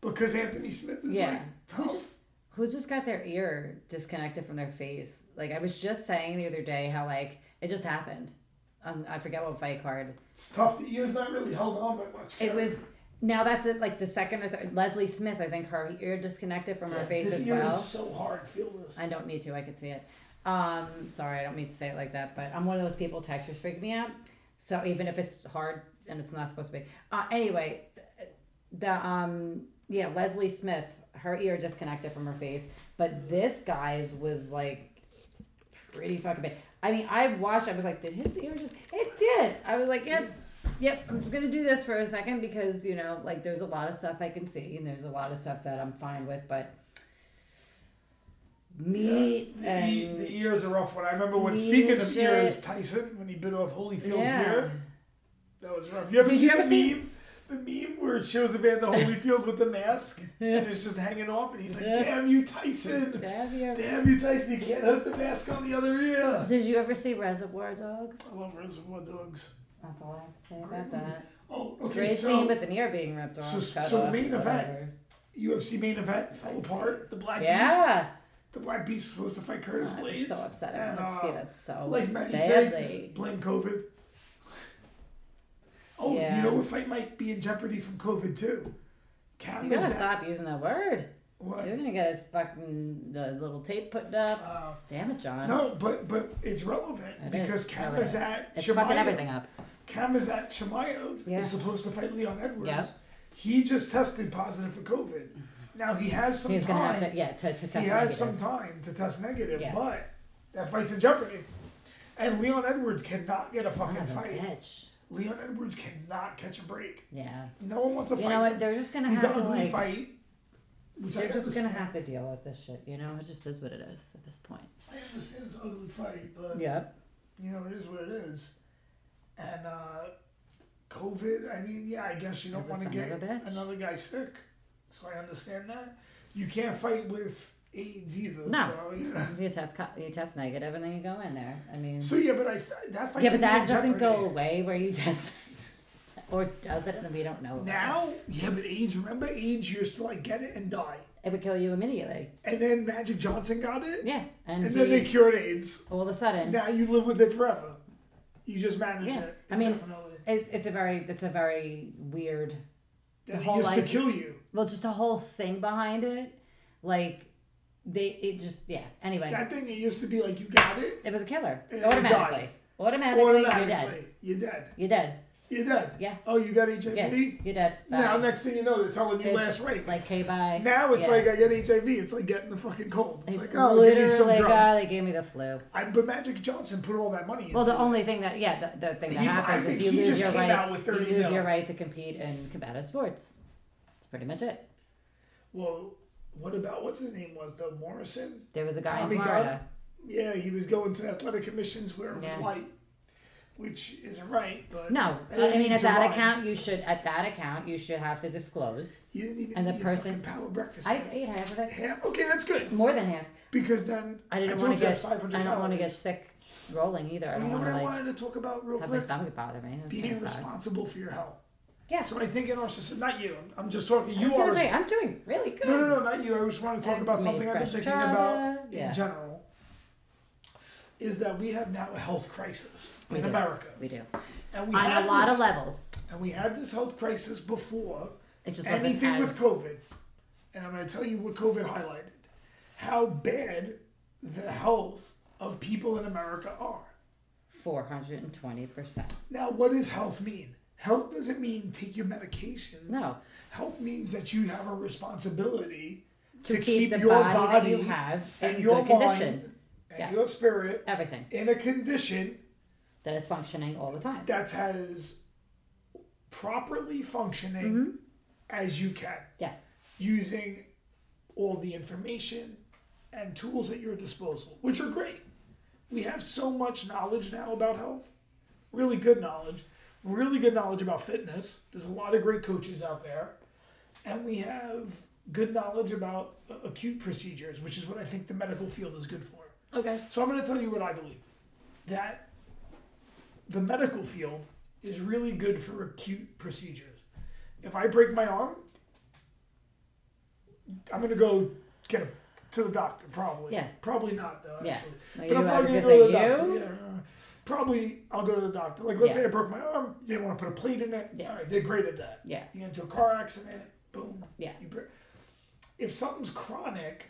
because Anthony Smith is Yeah. like Who's tough. just- who just got their ear disconnected from their face? Like I was just saying the other day how like it just happened. Um, I forget what fight card. It's tough. The ear's not really held on by much. It was now that's it like the second or third Leslie Smith, I think her ear disconnected from her face this as ear well. is so hard. Feel this. I don't need to. I can see it. Um, sorry, I don't mean to say it like that, but I'm one of those people. Textures freak me out. So even if it's hard and it's not supposed to be. Uh, anyway, th- the um yeah Leslie Smith, her ear disconnected from her face, but this guy's was like pretty fucking big. I mean, I watched. I was like, did his ear just? It did. I was like, yep. Yep, I'm just gonna do this for a second because you know, like, there's a lot of stuff I can see, and there's a lot of stuff that I'm fine with, but meat The, e- and the ears are rough one. I remember when Meat speaking and of shit. ears, Tyson when he bit off Holyfield's Yeah. ear, that was rough. You ever Did seen you ever the see- meme? The meme where it shows Evander Holyfield with the mask and it's just hanging off, and he's like, Yeah. "Damn you, Tyson! Have you ever- Damn you, Tyson! You can't hook the mask on the other ear." Did you ever see Reservoir Dogs? I love Reservoir Dogs. That's all I have to say Great about movie. that. Oh, okay. Great so scene with an ear being ripped off. so- cut so the off, main event whatever. UFC main event fell Nice apart. face. The Black Beast. yeah. The Black Beast was supposed to fight Curtis I was Blades. so upset. I and, want to uh, see that so like many badly. things, blame COVID. Oh, Yeah. you know what fight might be in jeopardy from COVID too? You gotta Kamazat. stop using that word. What? You're gonna get his fucking the little tape put up. Uh, Damn it, John. no, but but it's relevant It is. because No, it is. Kamazat It's fucking Chimaev, everything up. Kamazat Chimaev Yeah. is supposed to fight Leon Edwards. Yeah. Mm-hmm. He just tested positive for COVID. Now he has some He's gonna time. have to yeah to, to test he has negative. some time to test negative, Yeah. but that fight's in jeopardy. And Leon Edwards cannot get a Son fucking of a fight. bitch. Leon Edwards cannot catch a break. Yeah. No one wants to You fight. know him. what? They're just gonna He's an have to ugly like fight. Which I they're just gonna understand. have to deal with this shit. You know, it just is what it is at this point. I understand it's an ugly fight, but Yep. you know it is what it is. And uh, COVID. I mean, yeah, I guess you don't He's a want to son get of a bitch. another guy sick, so I understand that. You can't fight with AIDS either. No. So, you know. You test co- you test negative and then you go in there. I mean. so yeah, but I th- that fight. yeah, could but be in that doesn't jeopardy. go away where you test, or does it? And we don't know. about it. Now, yeah, but AIDS. Remember, AIDS used to like get it and die, it would kill you immediately. and then Magic Johnson got it, Yeah, and, and then they he's- cured AIDS. all of a sudden, Now you live with it forever. You just manage Yeah, it. I mean, definitely. it's it's a very it's a very weird. the That it whole used to life- kill you. Well, just the whole thing behind it, like they it just yeah. Anyway, That thing, it used to be like you got it it was a killer And you automatically. Automatically, automatically. you're dead. You're dead. You're dead. You're dead. Yeah. Oh, you got HIV. Yeah, you're dead. Bye. Now, next thing you know, they're telling you It's last rate. like K bye. now it's Yeah. like I get HIV. It's like getting the fucking cold. It's They like oh, give me some literally, God, drugs. they gave me the flu. I, but Magic Johnson put all that money. Well, into the it. only thing that yeah, the, the thing that He- I happens is think you he lose just your came out right. with You 30 lose your mil. right to compete in combative sports. That's pretty much it. Well, what about what's his name was though Morrison? There was a guy Tommy in Gunn? Florida. Yeah, he was going to athletic commissions where it was Yeah. light, which isn't right. But No, I I didn't mean need at to that lie. account you should at that account you should have to disclose. you didn't even and the eat a person- fucking power breakfast. I ate half of it, Half? Okay, that's good. more than half. Because then I didn't told want to you that's get. 500 I don't want to get calories. sick rolling either. You I don't know want what to I like wanted to talk about real have my quick? stomach bother me. That's Being gonna suck. responsible for your health. Yeah, So I think in our system, not you. I'm, I'm just talking. I was You gonna are. say I'm doing really good. no, no, no, not you. I just want to talk I about made something I've been fresh thinking chana. about Yeah. in general. Is that we have now a health crisis We in do. America, We do and we on had a lot this, of levels. and we had this health crisis before It just wasn't anything as, with COVID. And I'm going to tell you what COVID highlighted how bad the health of people in America are. Four hundred and twenty percent. Now, what does health mean? Health doesn't mean take your medications. No. Health means that you have a responsibility To to, keep the your body body, that you have and in your good mind condition. and Yes. your spirit Everything in a condition that it's functioning all the time. that has properly functioning Mm-hmm. as you can. Yes. using all the information and tools at your disposal, which are great. We have so much knowledge now about health, really good knowledge, really good knowledge about fitness. There's a lot of great coaches out there, and we have good knowledge about uh, acute procedures, which is what I think the medical field is good for. Okay. So I'm going to tell you what I believe that the medical field is really good for acute procedures. If I break my arm, I'm going to go get a to the doctor, probably. Yeah. Probably not though. Yeah. Actually. But Like, you I'm know, I was probably gonna gonna go to say the doctor. you. Yeah. uh, Probably I'll go to the doctor. Like let's Yeah. say I broke my arm. You want to put a plate in it. Yeah. All right, they're great at that. Yeah. You get into a car accident. Boom. Yeah. You br- if something's chronic,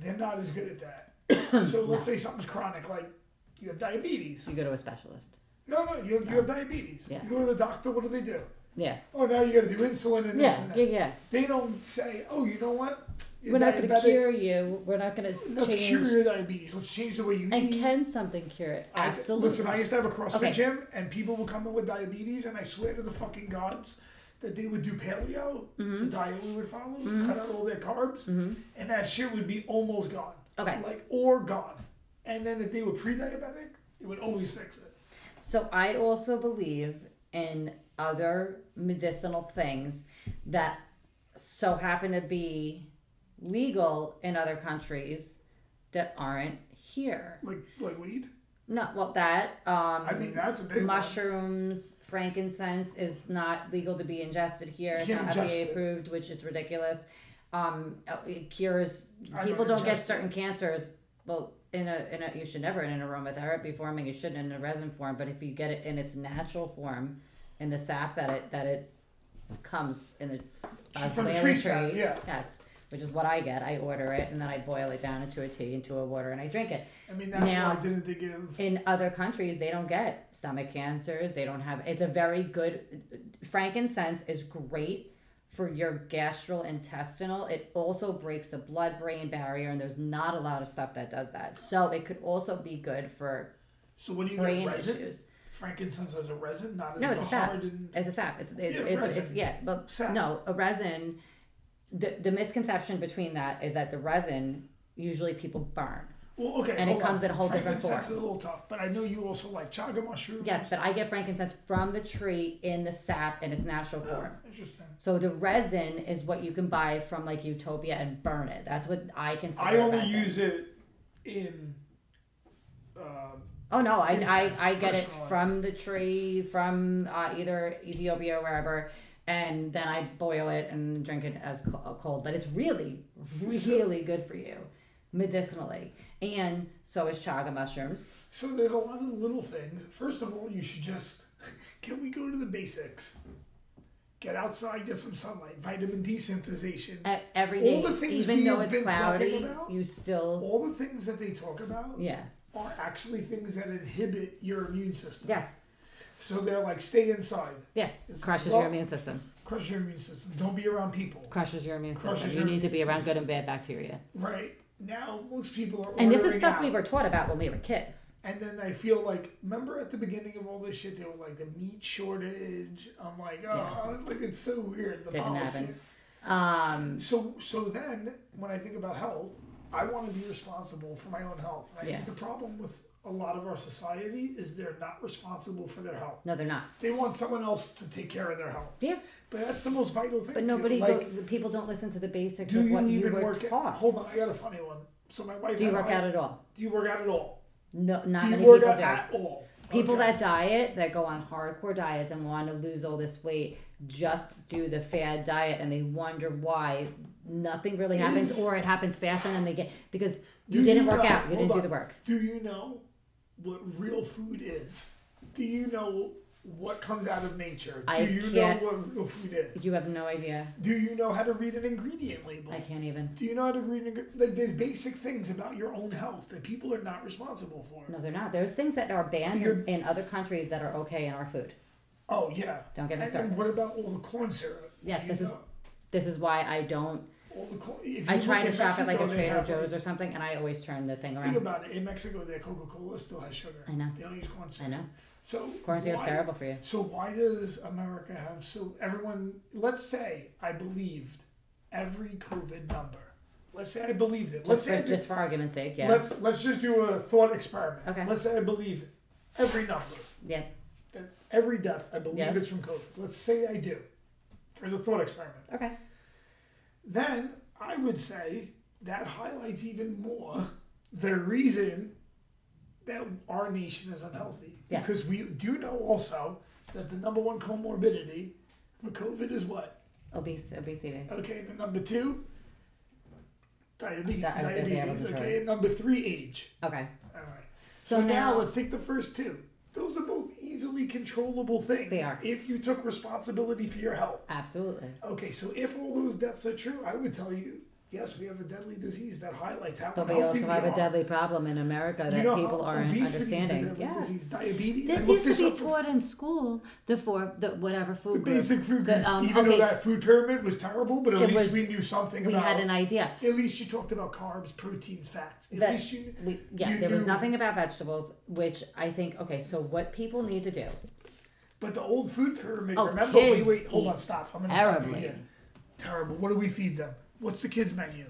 they're not as good at that. so let's say something's chronic, like you have diabetes. You go to a specialist. No, no, you have, you have diabetes. Yeah. You go to the doctor. What do they do? Yeah. Oh, now you got to do insulin and this Yeah. and that. Yeah. Yeah. They don't say, oh, you know what? You're We're not going to diabetic. cure you. We're not going to Let's cure change. your diabetes. Let's change the way you And eat. can something cure it? I- Absolutely. listen, I used to have a CrossFit Okay. gym, and people would come in with diabetes, and I swear to the fucking gods that they would do paleo, Mm-hmm. the diet we would follow, cut out all their carbs, and that shit would be almost gone. Okay. Like, or gone. And then if they were pre diabetic, it would always fix it. So I also believe in other medicinal things that so happen to be legal in other countries that aren't here. Like, like weed? No, well that um I mean, that's a big one. mushrooms, frankincense is not legal to be ingested here. It's You can't not ingest FDA it. approved, which is ridiculous. Um, uh, it cures I people don't don't get ingest it. certain cancers. Well, in a in a you should never in an aromatherapy form, and you shouldn't in a resin form. But if you get it in its natural form, in the sap that it that it comes in the uh, From the soil tree and sap, yeah. yes, which is what I get. I order it and then I boil it down into a tea, into a water, and I drink it I mean, that's Now- why didn't they give. in other countries they don't get stomach cancers they don't have it's a very good frankincense is great for your gastrointestinal it also breaks the blood brain barrier and there's not a lot of stuff that does that so it could also be good for So, what do you brain get? Resin? issues Frankincense as a resin, not as No, the it's a sap. hardened. as a sap it's it's, Yeah, it's, resin. it's yeah but Sap. no a resin the, the misconception between that is that the resin usually people burn Well, okay, And it hold comes on. in a whole different Frankincense form. is a little tough, but I know you also like chaga mushrooms. yes but i get frankincense from the tree in the sap in its natural Oh. form Interesting. So the resin is what you can buy from like Utopia and burn it. That's what I consider. I only resin. use it in. Uh, Oh no, I I, incense, I get it personally. from the tree, from uh, either Ethiopia or wherever, and then I boil it and drink it as co- uh, cold. But it's really, really good for you, medicinally, and so is chaga mushrooms. so there's a lot of little things. First of all, you should just. Can we go to the basics? Get outside, get some sunlight, vitamin D synthesization. E- Every All day, the things even we though have it's been talking cloudy, about? you still All the things that they talk about yeah are actually things that inhibit your immune system. yes So they're like, stay inside, yes It's- crushes well- your immune system. crush your immune system, don't be around people. Crushes your immune Crushes system. your you need to immune be around system. good and bad bacteria. Right now, most people are. And this is ordering stuff out. we were taught about when we were kids. And then I feel like, remember at the beginning of all this shit, they were like the meat shortage. I'm like, oh, Yeah. I was like it's so weird. The Didn't policy. happen. Um, So, so then when I think about health, I want to be responsible for my own health. And I Yeah. think the problem with a lot of our society is they're not responsible for their health. no, they're not. They want someone else to take care of their health. Yeah, But that's the most vital thing. but to- nobody, like, go, the people don't listen to the basics do of you what you even were work? At, taught. hold on, I got a funny one. So my wife. do you and work I- out at all? Do you work out at all? No, not do you many work people out do. at all? People Okay. that diet, that go on hardcore diets and want to lose all this weight, just do the fad diet and they wonder why nothing really happens Is- or it happens fast and then they get because Do you didn't you work know- out, you hold didn't do on. the work. Do you know what real food is? Do you know what comes out of nature? Do I you can't- know what real food is? You have no idea. Do you know how to read an ingredient label? I can't even. Do you know how to read an ingre- like there's basic things about your own health that people are not responsible for? No, they're not. There's things that are banned You're- in other countries that are okay in our food. Oh yeah. Don't get me and, started. And what about all the corn syrup? Yes, Do you this is- know? This is why I don't. all the corn. If I you try look to at shop at Mexico, like a they Trader have, Joe's or something, and I always turn the thing Think around. about it. In Mexico, their Coca Cola still has sugar. I know. They don't use corn syrup. I know So corn syrup's why- terrible for you. So why does America have so everyone? Let's say I believed every COVID number. Let's say I believed it. Let's Just, say I for, did- just for argument's sake, yeah, let's let's just do a thought experiment. Okay. Let's say I believe every number, yeah. that every death. I believe Yeah. it's from COVID. Let's say I do. As a thought experiment, Okay, then I would say that highlights even more the reason that our nation is unhealthy. Yes. Because we do know also that the number one comorbidity for COVID is what? obese obesity. Okay, the number two, Diabetes. Di- I was gonna say I diabetes. wasn't Okay. Number three, age. Okay. All right. So, now, now, let's take the first two. Those are both easily controllable things. They are. If you took responsibility for your health. absolutely. Okay, so if all those deaths are true, I would tell you, yes, we have a deadly disease that highlights how But we unhealthy also have we a are. deadly problem in America that You know people how aren't obesity is the understanding. deadly Yes. disease, diabetes. I This looked used to be up taught in school, the four, the whatever food the groups. basic food the, groups. um, Even okay, though that food pyramid was terrible, but at It least was- we knew something we about. had an idea. at least you talked about carbs, proteins, fats. At That- least you. We, yeah, you there was knew- nothing about vegetables, which I think, okay, so what people need to do, But the old food pyramid. Oh, remember? Wait, kids wait, hold on, eat stop. I'm gonna stop you terribly. here. Terrible. What do we feed them? What's the kids menu?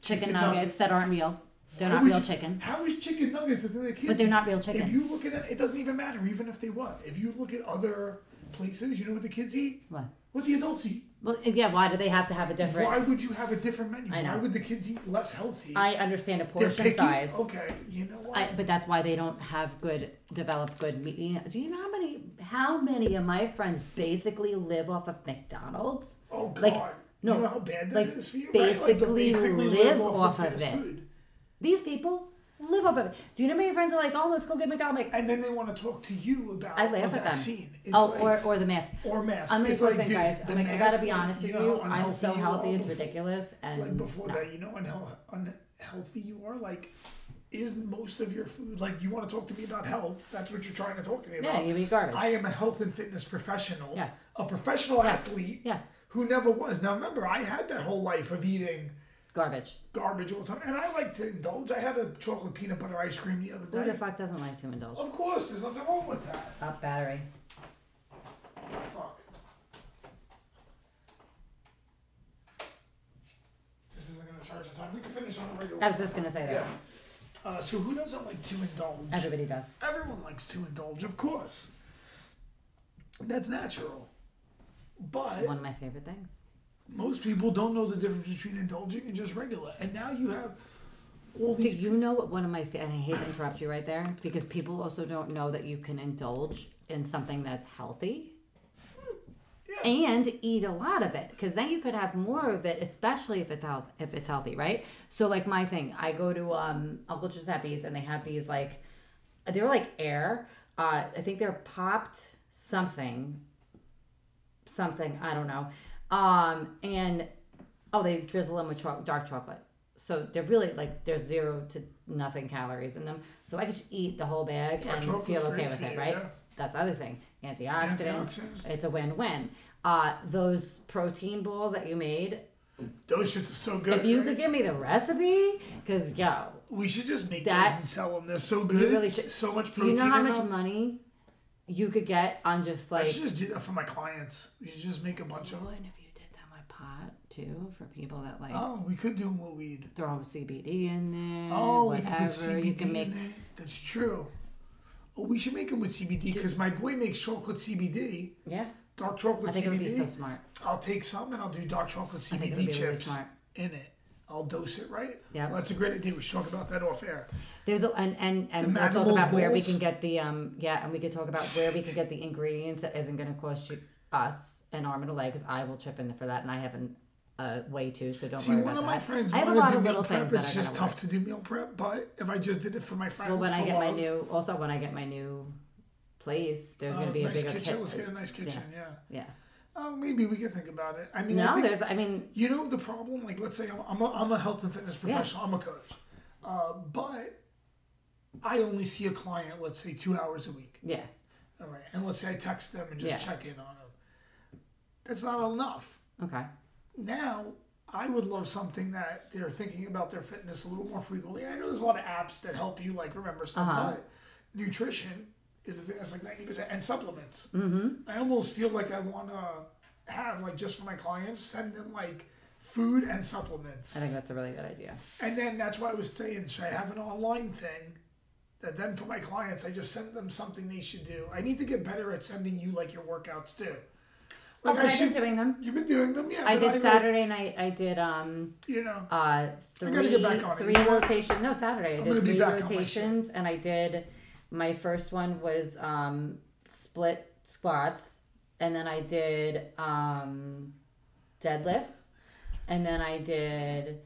chicken Chicken nuggets. nuggets that aren't real. They're How not would real you- chicken. How is chicken nuggets the thing that kids? But they're eat? not real If chicken. you look at it, it doesn't even matter. Even if they what? If you look at other places, you know what the kids eat. What? What the adults eat. Well, eh, yeah, why do they have to have a different? Why would you have a different menu? I know. Why would the kids eat less healthy? I understand a They're portion picky? size. Okay, you know what? I, but that's why they don't have good, develop good meat. eating. Do you know how many, how many of my friends basically live off of McDonald's? oh God. like, no, you know how bad that is like, for you, right? Like, but basically live off of fast it. Food. These people live off of it. Do you know how many friends are like, oh, let's go get McDonald's? I'm Like, And then they want to talk to you about I laugh a at them. vaccine. It's oh, like, or, or the mask. or mask. I'm like, it's like, listen, dude, guys. the I'm like, I mask, gotta be honest with you know you. how I'm so you healthy. are It's before- ridiculous. And Like before no. that, you know unhealthy, unhealthy you are. Like, is most of your food like you want to talk to me about health? That's what you're trying to talk to me yeah, about. you eat garbage. I am a health and fitness professional. Yes. A professional Yes. athlete yes, who never was. Now remember, I had that whole life of eating garbage. garbage all the time, and I like to indulge. I had a chocolate peanut butter ice cream the other Who day. the fuck doesn't like to indulge? Of course, there's nothing wrong with that. Up battery. Fuck. This isn't gonna charge in time. We can finish on a regular. I was just gonna say that. Yeah. Uh, so who doesn't like to indulge? Everybody does. Everyone likes to indulge, of course. That's natural. But One of my favorite things. most people don't know the difference between indulging and just regular. And now you have all Do these. you know what one of my fa- and I hate to interrupt you right there because people also don't know that you can indulge in something that's healthy Hmm, Yeah. and eat a lot of it because then you could have more of it, especially if it's health- if it's healthy, right? So like my thing, I go to um Uncle Giuseppe's and they have these like they were like air. Uh, I think they're popped something, something I don't know. Um, and oh, they drizzle them with cho- dark chocolate. So they're really like there's zero to nothing calories in them. So I could just eat the whole bag Dark and chocolate's feel okay great with for it, you, right? yeah. That's the other thing. Antioxidants. Antioxidants. It's a win-win. Uh, those protein balls that you made. Those shits are so good. If you right? could give me the recipe, because yo, we should just make That- those and sell them. They're so good. really should- So much do you protein. know how in much them. money you could get on just I like should just do that for my clients. We should just make a bunch of. Oh, and if you did that with pot too for people that like Oh, we could do them with weed. throw CBD in there, Oh, we could put whatever. CBD You can make in there. That's true. Oh, we should make them with CBD because my boy makes chocolate CBD, yeah. dark I chocolate think it would be so CBD. smart. I'll take some and I'll do dark chocolate I think it would CBD be really chips smart. in it. I'll dose it right. Yep. Well, that's a great idea. We should talk about that off air. There's a, and and and The we'll talk Madrigals about where we bowls? can get the um yeah, and we could talk about where we can get the ingredients that isn't going to cost you us an arm and a leg because I will chip in for that and I haven't uh way too so don't See, worry one about of my that. friends I have a wanted lot to of do little meal prep. things that It's are just gonna work. tough to do meal prep, but if I just did it for my friends, Well, when I for get my love, new also when I get my new place, there's uh, going to be a nice bigger kitchen. kit- Let's get a nice kitchen. Yes. Yeah. Yeah. Oh, maybe we can think about it. I mean, I No, think- there's I mean You know the problem? Like, let's say I'm, I'm, a, I'm a health and fitness professional. I'm a coach, uh, but I only see a client, let's say, two hours a week. yeah. All right, and let's say I text them and just Yeah. check in on them. That's not enough. Okay. Now, I would love something that they're thinking about their fitness a little more frequently. I know there's a lot of apps that help you like remember stuff, Uh-huh. but nutrition is the thing that's like ninety percent, and supplements. Mm-hmm. I almost feel like I want to have like just for my clients, send them like food and supplements. I think that's a really good idea. And then that's why I was saying, should I have an online thing? That then for my clients, I just send them something they should do. I need to get better at sending you like your workouts too. Oh, Like but I I've been should. doing them. You've been doing them, yeah. I but did really- Saturday night. I did um you know, uh gotta three get back on it. three You know what? rotations. No, Saturday I gonna did be three back on my shit. rotations, and I did my first one was um split squats, and then I did um deadlifts, and then I did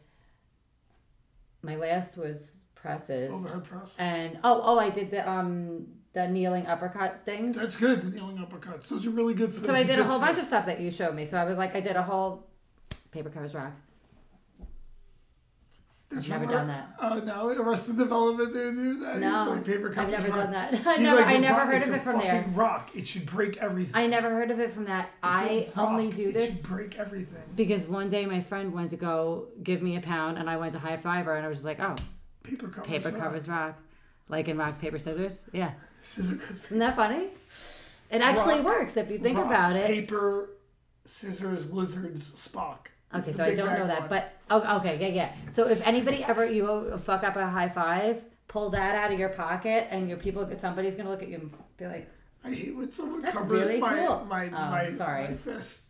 my last was presses. Overhead press. And oh oh I did the um the kneeling uppercut things. That's good. The kneeling uppercuts. Those are really good for. so I did a whole bunch of stuff that you showed me. So I was like I did a whole paper covers rock. That's Never from done Ar- that. Oh no, Arrested Development. They do that. It's No, like paper I've covers never rock. done that. I He's never, like, I "You're never wrong, heard it's of a it from there. fucking Rock. It should break everything. I never heard of it from that. I It's a only rock. do It should this break everything. because one day my friend wanted to go give me a pound, and I went to high fiver, and I was just like, oh, Paper covers. paper rock. covers rock, like in rock paper scissors. Yeah, Scissor cuts. isn't that funny? It actually Rock. works if you think rock, about it. Paper, scissors, lizards, Spock. It's Okay, the so I Big don't Bang know that, one. but oh, okay, yeah, yeah. So if anybody ever you fuck up a high five, pull that out of your pocket, and your people, somebody's gonna look at you and be like, I hate when someone That's covers really my, cool. my, Oh, my, sorry. my fist.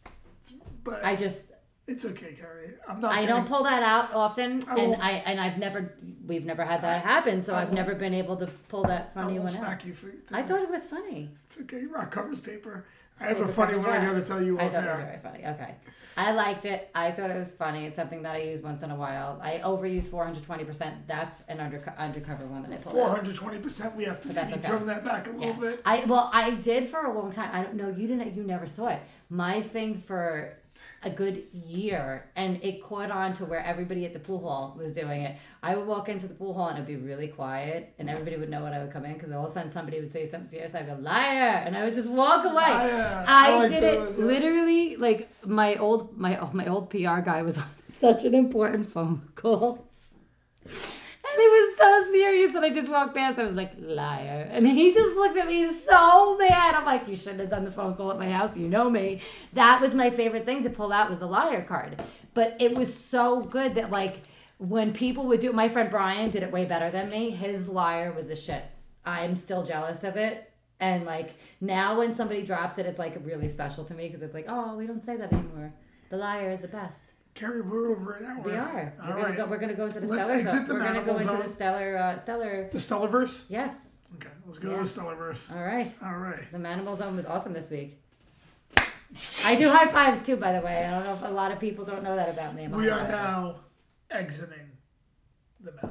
But I just it's okay, Carrie. I'm not. I gonna- don't pull that out often, I and won't- I and I've never we've never had that happen, so I I've won't- never been able to pull that I funny won't one out. smack you for it. I thought it was funny. it's okay. Rock covers paper. I have a Paper funny covers one. I rock. gotta tell you I off thought it was air. very funny. Okay, I liked it. I thought it was funny. It's something that I use once in a while. I overuse four hundred twenty percent. That's an underco- undercover one that I pulled. Four out. hundred twenty percent. We have to But that's maybe okay. turn that back a little Yeah. bit. I well, I did for a long time. I don't know. You didn't. You never saw it. My thing for a good year, and it caught on to where everybody at the pool hall was doing it. I would walk into the pool hall and it'd be really quiet, and everybody would know when I would come in because all of a sudden somebody would say something serious. I'd go liar, and I would just walk away. Liar. I, I like did that it one, yeah. literally like my old my oh, my old PR guy was on such an important phone call. And it was so serious that I just walked past. I was like, liar. And he just looked at me so mad. I'm like, you shouldn't have done the phone call at my house. You know me. That was my favorite thing to pull out was the liar card. But it was so good that like when people would do my friend Brian did it way better than me. His liar was the shit. I'm still jealous of it. And like now when somebody drops it, it's like really special to me because it's like, oh, we don't say that anymore. The liar is the best. Carrie, we're over an hour. We are. We're All gonna right. go. We're gonna go into the Let's stellar zone. exit the We're gonna go Manimal into the Zone. stellar. Uh, stellar. The Stellarverse. Yes. Okay, let's go Yeah. Uh, to the Stellarverse. All right. All right. The manimal zone was awesome this week. I do high fives too, by the way. I don't know if a lot of people don't know that about me. I'm a We high are fiver. now exiting the mountain.